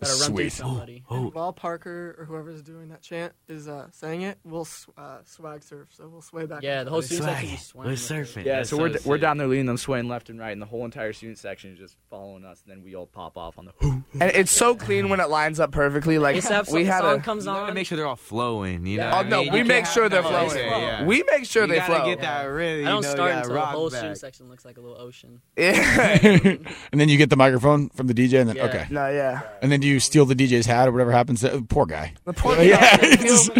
[SPEAKER 7] gotta run through
[SPEAKER 4] Sweet.
[SPEAKER 10] (gasps)
[SPEAKER 7] somebody.
[SPEAKER 10] Oh,
[SPEAKER 12] (gasps)
[SPEAKER 11] And while Parker or whoever's doing that chant is uh, saying it, we'll s- uh, swag surf, so we'll sway back.
[SPEAKER 7] Yeah,
[SPEAKER 11] and
[SPEAKER 7] the whole
[SPEAKER 11] forth.
[SPEAKER 7] student section is swaying with it.
[SPEAKER 9] Yeah, so, we're
[SPEAKER 12] so
[SPEAKER 9] we're
[SPEAKER 12] sick.
[SPEAKER 9] down there leading them, swaying left and right, and the whole entire student section is just following us. And then we all pop off on the.
[SPEAKER 5] and it's so clean when it lines up perfectly. Like
[SPEAKER 9] ASAP
[SPEAKER 5] we had
[SPEAKER 7] song
[SPEAKER 5] a,
[SPEAKER 7] comes on.
[SPEAKER 12] Make sure they're all flowing. You know.
[SPEAKER 5] Oh
[SPEAKER 12] what I
[SPEAKER 5] no,
[SPEAKER 12] mean?
[SPEAKER 5] we
[SPEAKER 12] You
[SPEAKER 5] make
[SPEAKER 12] can't
[SPEAKER 5] sure
[SPEAKER 12] have
[SPEAKER 5] they're
[SPEAKER 12] no-
[SPEAKER 5] flowing.
[SPEAKER 12] Yeah, yeah.
[SPEAKER 5] We make sure
[SPEAKER 12] You
[SPEAKER 5] they
[SPEAKER 12] gotta
[SPEAKER 5] flow.
[SPEAKER 12] get that really.
[SPEAKER 7] I don't
[SPEAKER 12] you know,
[SPEAKER 7] start
[SPEAKER 12] you gotta
[SPEAKER 7] until the
[SPEAKER 12] rock
[SPEAKER 7] whole
[SPEAKER 12] back.
[SPEAKER 7] student section looks like a little ocean.
[SPEAKER 4] (laughs)
[SPEAKER 12] (laughs)
[SPEAKER 4] and then you get the microphone from the DJ, and then
[SPEAKER 7] Yeah.
[SPEAKER 4] okay,
[SPEAKER 5] No, yeah.
[SPEAKER 4] and then do you steal the DJ's hat or whatever happens? To, oh, poor guy.
[SPEAKER 5] The poor
[SPEAKER 4] Yeah,
[SPEAKER 5] guy.
[SPEAKER 4] it's-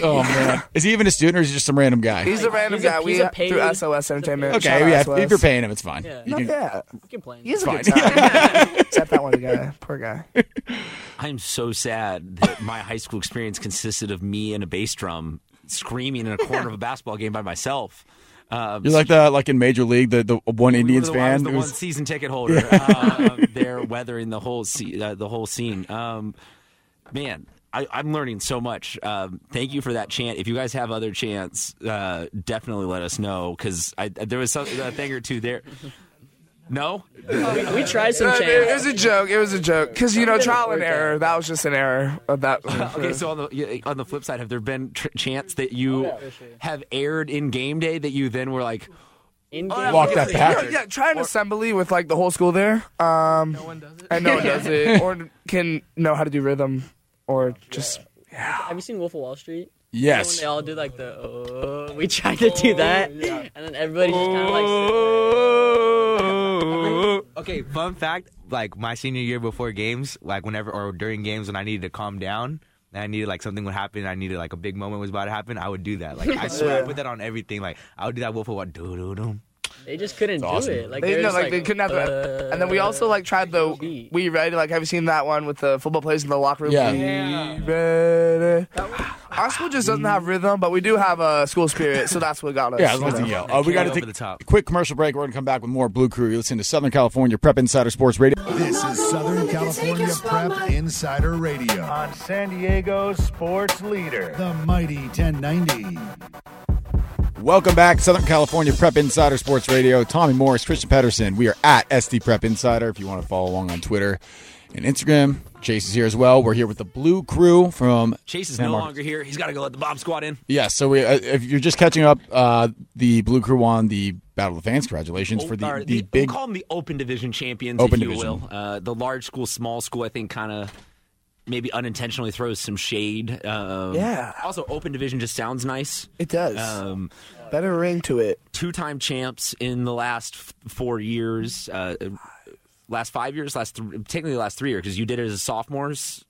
[SPEAKER 4] (laughs) oh man, is he even a student or is he just some random guy?
[SPEAKER 5] He's a random
[SPEAKER 7] He's a-
[SPEAKER 5] guy.
[SPEAKER 7] he's
[SPEAKER 5] we
[SPEAKER 7] a paid-
[SPEAKER 5] through SOS Entertainment.
[SPEAKER 4] okay,
[SPEAKER 5] shout out
[SPEAKER 4] yeah,
[SPEAKER 5] SOS.
[SPEAKER 4] if you're paying him, it's fine.
[SPEAKER 7] Yeah.
[SPEAKER 4] You
[SPEAKER 5] Not
[SPEAKER 4] can-
[SPEAKER 5] bad.
[SPEAKER 7] I can play.
[SPEAKER 5] He's a
[SPEAKER 4] Fine.
[SPEAKER 5] good time. Except that one guy. Poor guy.
[SPEAKER 10] (laughs) I'm so sad that my high school experience consisted of me and a bass drum screaming in a corner of a basketball game by myself. Um,
[SPEAKER 4] You're like the like in Major League, the the one Indians
[SPEAKER 10] the, I was
[SPEAKER 4] fan.
[SPEAKER 10] the
[SPEAKER 4] who's-
[SPEAKER 10] one
[SPEAKER 4] (laughs)
[SPEAKER 10] season ticket holder. uh, there, weathering the whole se- uh, the whole scene. Um, man, I, I'm learning so much. Um, thank you for that chant. If you guys have other chants, uh, definitely let us know because there was some, a thing or two there. No,
[SPEAKER 7] We, we tried some
[SPEAKER 5] No,
[SPEAKER 7] chants.
[SPEAKER 5] dude, it was a joke. It was a joke. Cause you know trial and error. That was just an error. Of
[SPEAKER 10] (laughs)
[SPEAKER 5] that.
[SPEAKER 10] okay, so on the yeah, on the flip side, have there been tr- chants that you have aired in game day that you then were like,
[SPEAKER 7] In
[SPEAKER 5] Oh, yeah,
[SPEAKER 10] game,
[SPEAKER 4] Walk that
[SPEAKER 5] yeah,
[SPEAKER 4] path.
[SPEAKER 5] Yeah, try an assembly with like the whole school there. Um, no one does it. And no one does
[SPEAKER 7] (laughs)
[SPEAKER 5] it, or can know how to do rhythm, or just
[SPEAKER 7] Have you seen Wolf of Wall Street?
[SPEAKER 4] Yes.
[SPEAKER 7] When they all do like the oh, we tried to do that, and then everybody just kind of like.
[SPEAKER 12] Okay, fun fact. Like my senior year before games, like whenever or during games when I needed to calm down. And I needed like something would happen. I needed like a big moment was about to happen. I would do that. Like I swear, I put that on everything. Like I would do that. Wolf of what? Doo doo doo.
[SPEAKER 7] They just couldn't
[SPEAKER 12] It's awesome.
[SPEAKER 7] do it. Like "Uh,
[SPEAKER 5] they,
[SPEAKER 7] were
[SPEAKER 5] no,
[SPEAKER 7] just
[SPEAKER 5] like, they couldn't have the. And then we also like tried the we ready. Like, have you seen that one with the football players in the locker room?
[SPEAKER 4] Yeah.
[SPEAKER 5] We ready. (sighs) Our school just doesn't have rhythm, but we do have a uh, school spirit, so that's what got us.
[SPEAKER 4] Yeah, I was
[SPEAKER 5] you
[SPEAKER 4] about to
[SPEAKER 5] know?
[SPEAKER 4] yell. Uh, we got to
[SPEAKER 12] over
[SPEAKER 4] take
[SPEAKER 12] the
[SPEAKER 4] a quick commercial break. We're going to come back with more Blue Crew. You listen to Southern California Prep Insider Sports Radio.
[SPEAKER 1] This is Southern California Prep Insider Radio on San Diego sports leader, the mighty 1090.
[SPEAKER 4] Welcome back, Southern California Prep Insider Sports Radio. Tommy Morris, Christian Patterson. We are at SD Prep Insider. If you want to follow along on Twitter and Instagram, Chase is here as well. We're here with the Blue Crew from
[SPEAKER 10] Chase is
[SPEAKER 4] San
[SPEAKER 10] no
[SPEAKER 4] Marcos.
[SPEAKER 10] longer here. He's got to go let the bomb squad in.
[SPEAKER 4] Yeah, so we, uh, if you're just catching up, uh, the Blue Crew won the Battle of the Fans. Congratulations for the,
[SPEAKER 10] Or
[SPEAKER 4] the big.
[SPEAKER 10] we'll call them Oh, the open division champions,
[SPEAKER 4] Open
[SPEAKER 10] if you
[SPEAKER 4] division.
[SPEAKER 10] will. Uh, the large school, small school, I think, kind of maybe unintentionally throws some shade. Um,
[SPEAKER 5] Yeah.
[SPEAKER 10] Also, open division just sounds nice.
[SPEAKER 5] It does.
[SPEAKER 10] Um,
[SPEAKER 5] Better ring to it.
[SPEAKER 10] Two-time champs in the last f- four years, uh, last five years, last th- technically last three years because you did it as sophomores,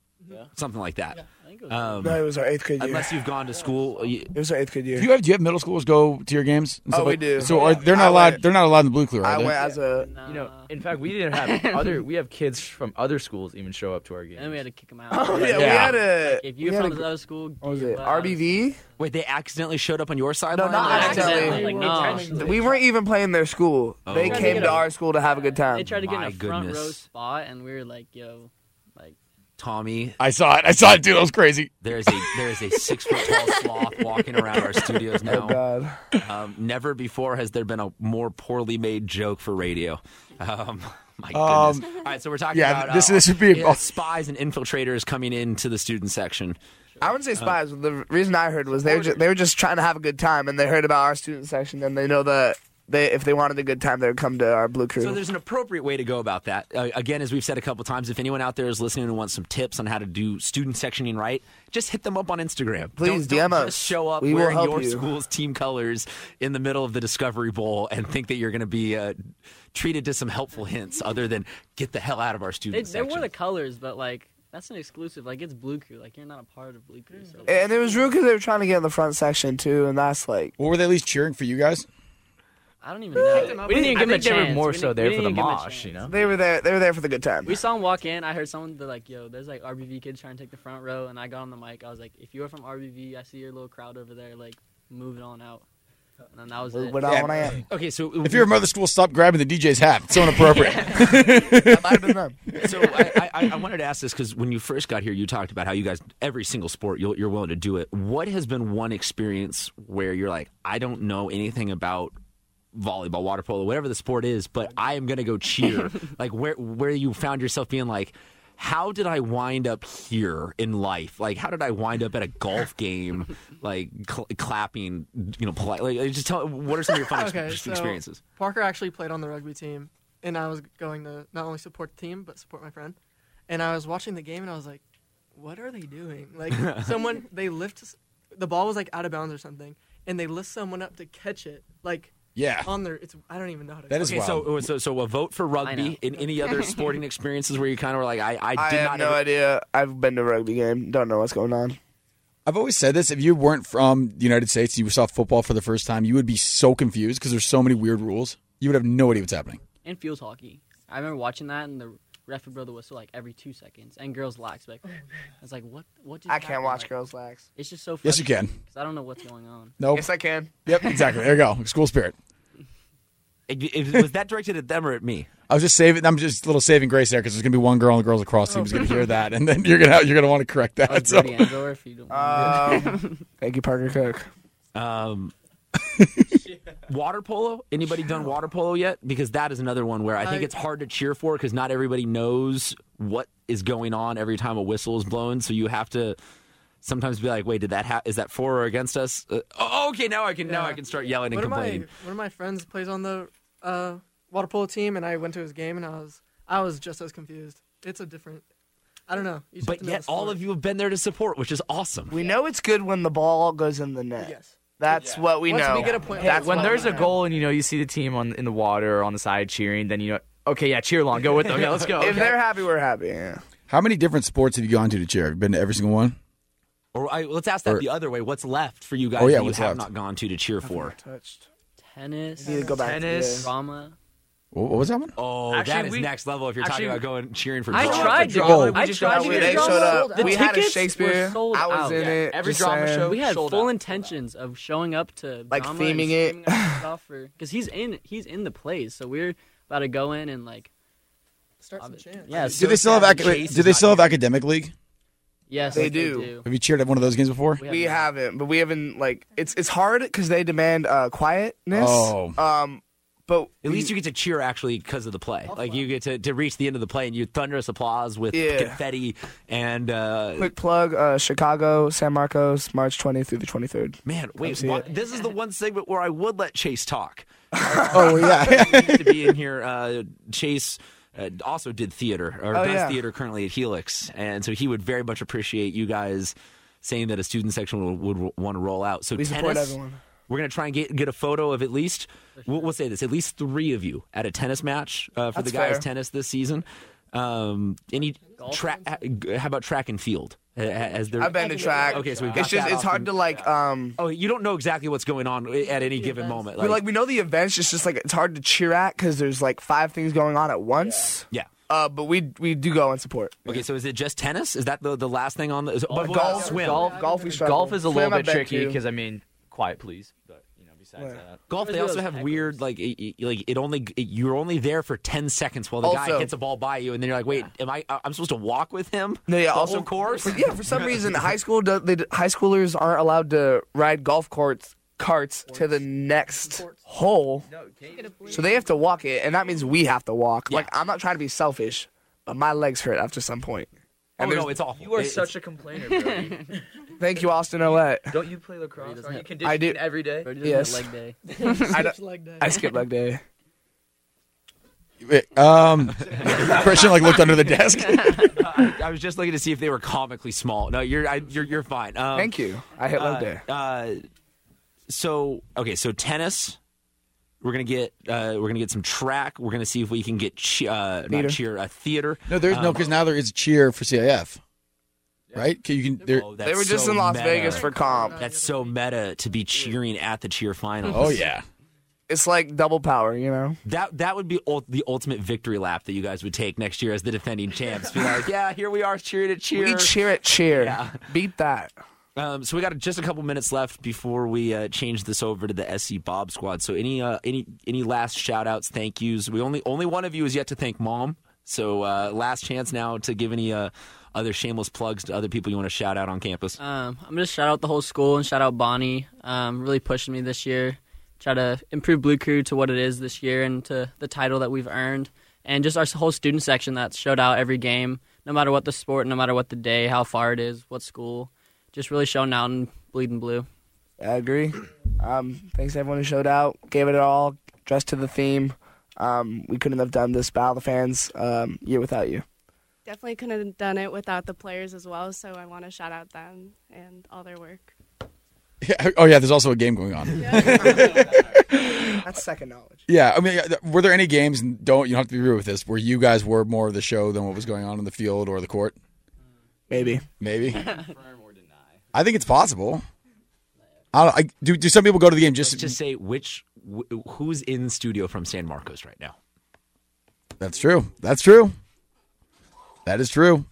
[SPEAKER 10] something like that. Um,
[SPEAKER 5] No, it was our eighth grade year.
[SPEAKER 10] Unless you've gone to school, uh, you-
[SPEAKER 5] It was our eighth grade year.
[SPEAKER 4] Do you have do you have middle schools go to your games? and
[SPEAKER 5] Oh,
[SPEAKER 4] stuff
[SPEAKER 5] we
[SPEAKER 4] like-
[SPEAKER 5] do.
[SPEAKER 4] So are, they're not
[SPEAKER 5] I
[SPEAKER 4] allowed.
[SPEAKER 5] went-
[SPEAKER 4] They're not allowed in the Blue Crew. Are
[SPEAKER 5] I
[SPEAKER 4] they?
[SPEAKER 5] went as a
[SPEAKER 9] You know, in fact, we
[SPEAKER 5] (laughs)
[SPEAKER 9] didn't have other. We have kids from other schools even show up to our game.
[SPEAKER 7] And we had to kick them out.
[SPEAKER 5] Oh, yeah,
[SPEAKER 7] Like,
[SPEAKER 5] we had a.
[SPEAKER 7] like, if you're
[SPEAKER 5] we had
[SPEAKER 7] from
[SPEAKER 5] a-
[SPEAKER 7] another school,
[SPEAKER 5] What was
[SPEAKER 7] get
[SPEAKER 5] it?
[SPEAKER 7] your butt out.
[SPEAKER 5] RBV?
[SPEAKER 10] Wait, they accidentally showed up on your
[SPEAKER 5] No,
[SPEAKER 10] sideline?
[SPEAKER 5] not
[SPEAKER 10] Like,
[SPEAKER 5] accidentally.
[SPEAKER 7] Like, no. Intentionally.
[SPEAKER 5] We weren't even playing their school.
[SPEAKER 10] Oh.
[SPEAKER 5] They
[SPEAKER 10] Tried to
[SPEAKER 5] came
[SPEAKER 10] get
[SPEAKER 5] to
[SPEAKER 10] a-
[SPEAKER 5] our school to have a good time.
[SPEAKER 7] They tried to get in
[SPEAKER 10] Oh My
[SPEAKER 7] a front row
[SPEAKER 10] goodness.
[SPEAKER 7] spot, and we were like, "Yo, like
[SPEAKER 10] Tommy.
[SPEAKER 4] I saw it. I saw it, dude. That was crazy.
[SPEAKER 10] There is a there is a six foot
[SPEAKER 4] (laughs)
[SPEAKER 10] tall sloth walking around our studios now.
[SPEAKER 4] Oh,
[SPEAKER 10] God. Um, never before has there been a more poorly made joke for radio. Um, (laughs) my
[SPEAKER 4] Um,
[SPEAKER 10] goodness. All right, so we're talking
[SPEAKER 4] yeah,
[SPEAKER 10] about
[SPEAKER 4] this-
[SPEAKER 10] uh,
[SPEAKER 4] this would be-
[SPEAKER 10] yeah, spies and infiltrators coming into the student section.
[SPEAKER 5] I wouldn't say
[SPEAKER 10] Uh,
[SPEAKER 5] spies. but the reason I heard was they were, ju- they were just trying to have a good time, and they heard about our student section, and they know that they if they wanted a good time, they would come to our blue crew.
[SPEAKER 10] So there's an appropriate way to go about that. Uh, again, as we've said a couple times, if anyone out there is listening and wants some tips on how to do student sectioning right, just hit them up on Instagram.
[SPEAKER 5] Please
[SPEAKER 10] don't,
[SPEAKER 5] DM
[SPEAKER 10] don't
[SPEAKER 5] us.
[SPEAKER 10] Just show up
[SPEAKER 5] We will
[SPEAKER 10] wearing
[SPEAKER 5] help
[SPEAKER 10] your
[SPEAKER 5] you.
[SPEAKER 10] school's team colors in the middle of the Discovery Bowl and think that you're going to be uh, treated to some helpful hints other than get the hell out of our
[SPEAKER 7] They,
[SPEAKER 10] student
[SPEAKER 7] they
[SPEAKER 10] section.
[SPEAKER 7] were the colors, but like that's an exclusive. Like it's Blue Crew. Like you're not a part of Blue Crew. So.
[SPEAKER 5] and it was rude because they were trying to get in the front section too, and that's like.
[SPEAKER 4] Well, were they at least cheering for you guys?
[SPEAKER 7] I don't even know. We didn't even
[SPEAKER 9] I
[SPEAKER 7] give him a
[SPEAKER 9] think they were
[SPEAKER 7] chance.
[SPEAKER 9] more
[SPEAKER 7] we
[SPEAKER 9] so
[SPEAKER 7] didn't-
[SPEAKER 9] there
[SPEAKER 7] we
[SPEAKER 9] for
[SPEAKER 7] didn't
[SPEAKER 9] the
[SPEAKER 7] give him a
[SPEAKER 9] mosh,
[SPEAKER 7] chance.
[SPEAKER 9] you know?
[SPEAKER 5] They were there. They were there for the good time.
[SPEAKER 7] We saw him walk in. I heard someone they're like, "Yo, there's like RBV kids trying to take the front row," and I got on the mic. I was like, "If you are from RBV, I see your little crowd over there. Like, move it on out." And then that was it.
[SPEAKER 4] it on Yeah. out.
[SPEAKER 10] Okay, so
[SPEAKER 4] If you're a mother school, stop grabbing the DJ's hat. It's so inappropriate. (laughs)
[SPEAKER 10] so I, I, I wanted to ask this because when you first got here, you talked about how you guys every single sport you're, you're willing to do it. What has been one experience where you're like, I don't know anything about volleyball, water polo, whatever the sport is, but I am going to go
[SPEAKER 11] (laughs)
[SPEAKER 10] cheer. like where where you found yourself being like. How did I wind up here in life? Like, how did I wind up at
[SPEAKER 11] (laughs)
[SPEAKER 10] a golf game, like cl- clapping, you know, politely? Like, just tell. What are some of your fun ex-
[SPEAKER 11] (laughs) okay, so
[SPEAKER 10] experiences?
[SPEAKER 11] Parker actually played on the rugby team, and I was going to not only support the team but support my friend. And I was watching the game, and I was like, "What are they doing?
[SPEAKER 10] (laughs)
[SPEAKER 11] Like, someone they lift s- the ball was like out of bounds or something, and they lift someone up to catch it, like
[SPEAKER 10] Yeah.
[SPEAKER 11] on their. It's I don't even know how to.
[SPEAKER 10] okay, So, so, so a vote for rugby and any other sporting experiences where you kind of were like, I, I did
[SPEAKER 5] I have
[SPEAKER 10] not
[SPEAKER 5] no
[SPEAKER 10] ever-
[SPEAKER 5] idea. I've been to rugby game. Don't know what's going on.
[SPEAKER 4] I've always said this: if you weren't from the United States, you saw football for the first time, you would be so confused because there's so many weird rules. You would have no idea what's happening.
[SPEAKER 7] and field hockey. I remember watching that, and the ref would blow the whistle like every two seconds, and girls lax. Like, I (laughs) was like, "What? What?" Just
[SPEAKER 5] I can't
[SPEAKER 7] happened?"
[SPEAKER 5] watch
[SPEAKER 7] Like,
[SPEAKER 5] girls lax.
[SPEAKER 7] It's just so.
[SPEAKER 4] Yes, you
[SPEAKER 7] frustrating,
[SPEAKER 4] can.
[SPEAKER 7] 'cause I don't know what's going on.
[SPEAKER 4] No.
[SPEAKER 5] Yes, I can.
[SPEAKER 4] Yep, exactly. There you go. School spirit.
[SPEAKER 10] It- it- was that directed at them or at me?
[SPEAKER 4] I was just saving. I'm just a little saving grace there because there's gonna be one girl on the girls across team who's gonna hear that, and then you're gonna you're gonna want to correct
[SPEAKER 10] Oh,
[SPEAKER 4] that. so.
[SPEAKER 5] Um, thank you, Parker Cook.
[SPEAKER 10] Um, water polo? Anybody done water polo yet? Because that is another one where I think
[SPEAKER 11] I-
[SPEAKER 10] it's hard to cheer for because not everybody knows what is going on every time a whistle is blown. So you have to sometimes be like, wait, did that ha- is that for or against us? Uh, oh, okay, now I can now I can start yelling and
[SPEAKER 11] one of my
[SPEAKER 10] complaining.
[SPEAKER 11] one of my friends plays on the uh, water polo team, and I went to his game, and I was I was just as confused. It's a different. I don't know. You just have
[SPEAKER 10] But
[SPEAKER 11] to know
[SPEAKER 10] yet,
[SPEAKER 11] the
[SPEAKER 10] all
[SPEAKER 11] sport.
[SPEAKER 10] of you have been there to support, which is awesome.
[SPEAKER 5] We know it's good when the ball goes in the net. Yes. That's what we know.
[SPEAKER 15] Hey,
[SPEAKER 5] That's
[SPEAKER 15] when
[SPEAKER 5] what
[SPEAKER 15] there's
[SPEAKER 5] we
[SPEAKER 15] a
[SPEAKER 5] know.
[SPEAKER 15] goal and you know you see the team on in the water or on the side cheering, then you know, okay, yeah, cheer along, go with them, yeah, let's go.
[SPEAKER 5] If they're happy, we're happy. Yeah.
[SPEAKER 4] How many different sports have you gone to to cheer? Have you been to every single one?
[SPEAKER 10] Or I, let's ask that
[SPEAKER 4] Or-
[SPEAKER 10] the other way. What's left for you guys
[SPEAKER 4] Oh, yeah,
[SPEAKER 10] that you
[SPEAKER 4] what's
[SPEAKER 10] have
[SPEAKER 4] left?
[SPEAKER 10] not gone to to cheer for?
[SPEAKER 5] Touched.
[SPEAKER 7] Tennis.
[SPEAKER 5] You need to go back to
[SPEAKER 7] Tennis.
[SPEAKER 5] the-
[SPEAKER 7] Drama.
[SPEAKER 4] What what was that one?
[SPEAKER 10] Oh,
[SPEAKER 7] Actually,
[SPEAKER 10] that is
[SPEAKER 7] we-
[SPEAKER 10] next level if you're
[SPEAKER 7] actually-
[SPEAKER 10] talking about going cheering for.
[SPEAKER 7] I
[SPEAKER 10] drama.
[SPEAKER 7] tried to
[SPEAKER 4] go.
[SPEAKER 7] I tried to
[SPEAKER 5] They showed up. we had a Shakespeare.
[SPEAKER 7] sold
[SPEAKER 5] I was
[SPEAKER 7] out.
[SPEAKER 5] in
[SPEAKER 7] Yeah.
[SPEAKER 5] it.
[SPEAKER 7] Every
[SPEAKER 5] just
[SPEAKER 7] drama
[SPEAKER 5] saying.
[SPEAKER 7] show. We had full intentions of showing up to
[SPEAKER 5] Like
[SPEAKER 7] drama
[SPEAKER 5] theming it. (laughs)
[SPEAKER 7] it because he's in he's in the plays. So we're about to go in and like
[SPEAKER 11] start some chants.
[SPEAKER 7] Yeah.
[SPEAKER 4] do they still have
[SPEAKER 7] academic?
[SPEAKER 4] acad- Do they still have academic league?
[SPEAKER 7] Yes,
[SPEAKER 5] They do.
[SPEAKER 4] Have you cheered at one of those games before?
[SPEAKER 5] We haven't, but we haven't like it's it's hard because they demand uh, quietness.
[SPEAKER 10] Oh.
[SPEAKER 5] Um, but
[SPEAKER 10] At least you get to cheer actually because of the play. Like you get to, to reach the end of the play and you thunderous applause with
[SPEAKER 5] Yeah.
[SPEAKER 10] confetti and uh,
[SPEAKER 5] quick plug uh, Chicago, San Marcos, March 20th through the 23rd.
[SPEAKER 10] man. Wait,
[SPEAKER 5] see
[SPEAKER 10] why-
[SPEAKER 5] it.
[SPEAKER 10] this is the one segment where I would let Chase
[SPEAKER 5] (laughs)
[SPEAKER 10] talk.
[SPEAKER 4] oh
[SPEAKER 10] (laughs)
[SPEAKER 4] yeah,
[SPEAKER 10] to be in here. Uh, Chase uh, also did theater or
[SPEAKER 5] Oh,
[SPEAKER 10] does
[SPEAKER 5] yeah.
[SPEAKER 10] theater currently at Helix, and so he would very much appreciate you guys saying that a student section would, would want to roll out. So
[SPEAKER 5] We support
[SPEAKER 10] tennis,
[SPEAKER 5] everyone.
[SPEAKER 10] We're gonna try and get get a photo of at least we'll, we'll say this at least three of you at a tennis match uh, for
[SPEAKER 5] That's
[SPEAKER 10] the guys
[SPEAKER 5] fair.
[SPEAKER 10] tennis this season. Um, any track? uh, How about track and field? Uh, Has there?
[SPEAKER 5] I've been to track.
[SPEAKER 10] Okay, so we've got
[SPEAKER 5] it's just
[SPEAKER 10] that
[SPEAKER 5] it's
[SPEAKER 10] off
[SPEAKER 5] hard
[SPEAKER 10] the-
[SPEAKER 5] to like um.
[SPEAKER 10] Oh, you don't know exactly what's going on at any given moment.
[SPEAKER 5] we like we know the events. It's just like it's hard to cheer at because there's like five things going on at once.
[SPEAKER 10] yeah.
[SPEAKER 5] Uh, but we we do go and support.
[SPEAKER 10] Okay, so is it just tennis? Is that the the last thing on the? Is, but what about
[SPEAKER 5] golf,
[SPEAKER 10] swim?
[SPEAKER 5] golf, golf. We struggle.
[SPEAKER 15] golf is a
[SPEAKER 5] Swim,
[SPEAKER 15] little
[SPEAKER 5] I
[SPEAKER 15] bit
[SPEAKER 5] bet,
[SPEAKER 15] tricky
[SPEAKER 5] too.
[SPEAKER 15] because I mean, quiet please. But
[SPEAKER 9] besides
[SPEAKER 5] Where?
[SPEAKER 9] that.
[SPEAKER 10] Golf, they also have weird like it, it- like it only it, you're only there for ten seconds while the guy
[SPEAKER 5] Also-
[SPEAKER 10] hits a ball by you, and then you're like, wait, am I? I'm supposed to walk with him?
[SPEAKER 5] No, yeah.
[SPEAKER 10] The
[SPEAKER 5] Also,
[SPEAKER 10] whole course.
[SPEAKER 5] for- yeah,
[SPEAKER 10] (laughs)
[SPEAKER 5] for
[SPEAKER 15] (laughs)
[SPEAKER 5] some reason, high school do- they, d- high schoolers aren't allowed to ride golf carts carts to the next hole. So they have to walk it, and that means we have to walk. Like I'm not trying to be selfish, but my legs hurt after some point. And
[SPEAKER 10] oh
[SPEAKER 5] there's-
[SPEAKER 10] no, it's awful.
[SPEAKER 9] You are
[SPEAKER 10] It- it's-
[SPEAKER 9] such a complainer, Brody. (laughs)
[SPEAKER 5] Thank you, Austin Olet.
[SPEAKER 9] Don't you play lacrosse? Are you conditioning
[SPEAKER 5] I do
[SPEAKER 9] every day?
[SPEAKER 5] Yes. (laughs)
[SPEAKER 9] (laughs)
[SPEAKER 10] (laughs)
[SPEAKER 5] I, don't- I skip leg day.
[SPEAKER 4] Wait,
[SPEAKER 5] (laughs)
[SPEAKER 4] Um, Christian like looked under the desk.
[SPEAKER 10] (laughs) I, I was just looking to see if they were comically small. No, you're I, you're you're fine. Um,
[SPEAKER 5] Thank you. I hit low
[SPEAKER 10] uh,
[SPEAKER 5] day.
[SPEAKER 10] Uh, so okay, so tennis. We're gonna get uh, we're gonna get some track. We're gonna see if we can get che- uh,
[SPEAKER 4] Theater.
[SPEAKER 10] not cheer a theater.
[SPEAKER 4] No, there's no
[SPEAKER 10] Um,
[SPEAKER 4] because now there is cheer for CIF, right? 'Cause You can. there-
[SPEAKER 10] Oh, that's so meta. That's so meta to be cheering at the cheer finals.
[SPEAKER 4] Oh, yeah.
[SPEAKER 5] It's like double power, you know.
[SPEAKER 10] That that would be ul- the ultimate victory lap that you guys would take next year as the defending champs. Be (laughs) like, yeah, here we are cheering at cheer.
[SPEAKER 5] We cheer at cheer.
[SPEAKER 10] Yeah.
[SPEAKER 5] Beat that.
[SPEAKER 10] Um, so we got just a couple minutes left before we uh, change this over to the SC Bob squad. So any uh, any any last shout outs, thank yous. We only only one of you is yet to thank mom. So uh, last chance now to give any uh, other shameless plugs to other people you want to shout out on campus.
[SPEAKER 7] Um, I'm gonna shout out the whole school and shout out Bonnie. Um, really pushing me this year. Try to improve Blue Crew to what it is this year and to the title that we've earned, and just our whole student section that showed out every game, no matter what the sport, no matter what the day, how far it is, what school, just really showing out and bleeding blue.
[SPEAKER 5] I agree. Um, thanks to everyone who showed out, gave it all, dressed to the theme. Um, we couldn't have done this Battle of the Fans um, year without you.
[SPEAKER 8] Definitely couldn't have done it without the players as well, so I want to shout out them and all their
[SPEAKER 7] (laughs)
[SPEAKER 8] work.
[SPEAKER 4] Yeah, (laughs) oh yeah, there's also a game going on. (laughs)
[SPEAKER 5] That's second knowledge.
[SPEAKER 4] Yeah, I mean, uh, were there any games? and Don't you don't have to be real with this? Where you guys were more of the show than what was going on in the field or the court?
[SPEAKER 5] Maybe, (laughs)
[SPEAKER 4] maybe. I think it's possible. I don't. Uh, I, do do some people go to the game just?
[SPEAKER 10] Let's just say which wh- who's in studio from San Marcos right now.
[SPEAKER 4] That's true. That's true. That is true.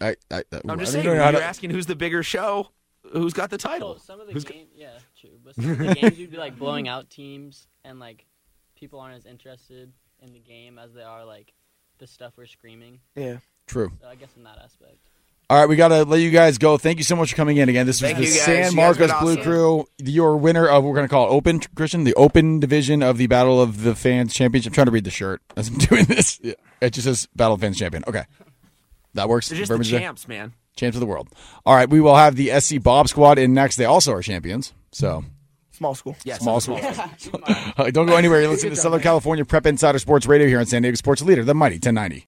[SPEAKER 4] I, I, I-
[SPEAKER 10] I'm just
[SPEAKER 4] I don't
[SPEAKER 10] saying you're
[SPEAKER 4] know how to-
[SPEAKER 10] asking who's the bigger show, who's got the title.
[SPEAKER 7] Some of the
[SPEAKER 10] Who's-
[SPEAKER 7] games, yeah, true. But some of the games you'd be like blowing out teams, and like people aren't as interested in the game as they are like the stuff we're screaming.
[SPEAKER 5] Yeah.
[SPEAKER 4] True.
[SPEAKER 7] So I guess in that aspect.
[SPEAKER 4] All right, we got to let you guys go. Thank you so much for coming in again. This was
[SPEAKER 7] Thank
[SPEAKER 4] the
[SPEAKER 7] you guys.
[SPEAKER 4] San
[SPEAKER 7] You guys
[SPEAKER 4] Marcos
[SPEAKER 7] been
[SPEAKER 4] Blue
[SPEAKER 7] awesome.
[SPEAKER 4] Crew. You're winner of, we're going to call it Open, Christian, the Open Division of the Battle of the Fans Championship. I'm trying to read the shirt (laughs) as I'm doing this. Yeah. It just says Battle of Fans Champion. Okay. That works.
[SPEAKER 10] They're just
[SPEAKER 4] Verbiage
[SPEAKER 10] the
[SPEAKER 4] there?
[SPEAKER 10] champs, man.
[SPEAKER 4] Champs of the world. All right, we will have the SC Bob Squad in next. They also are champions. So.
[SPEAKER 5] Small school.
[SPEAKER 10] Yes,
[SPEAKER 4] Small
[SPEAKER 10] small
[SPEAKER 4] (laughs) school.
[SPEAKER 10] school.
[SPEAKER 4] Don't go anywhere. You're listening to Southern California Prep Insider Sports Radio here on San Diego Sports Leader, the Mighty 1090.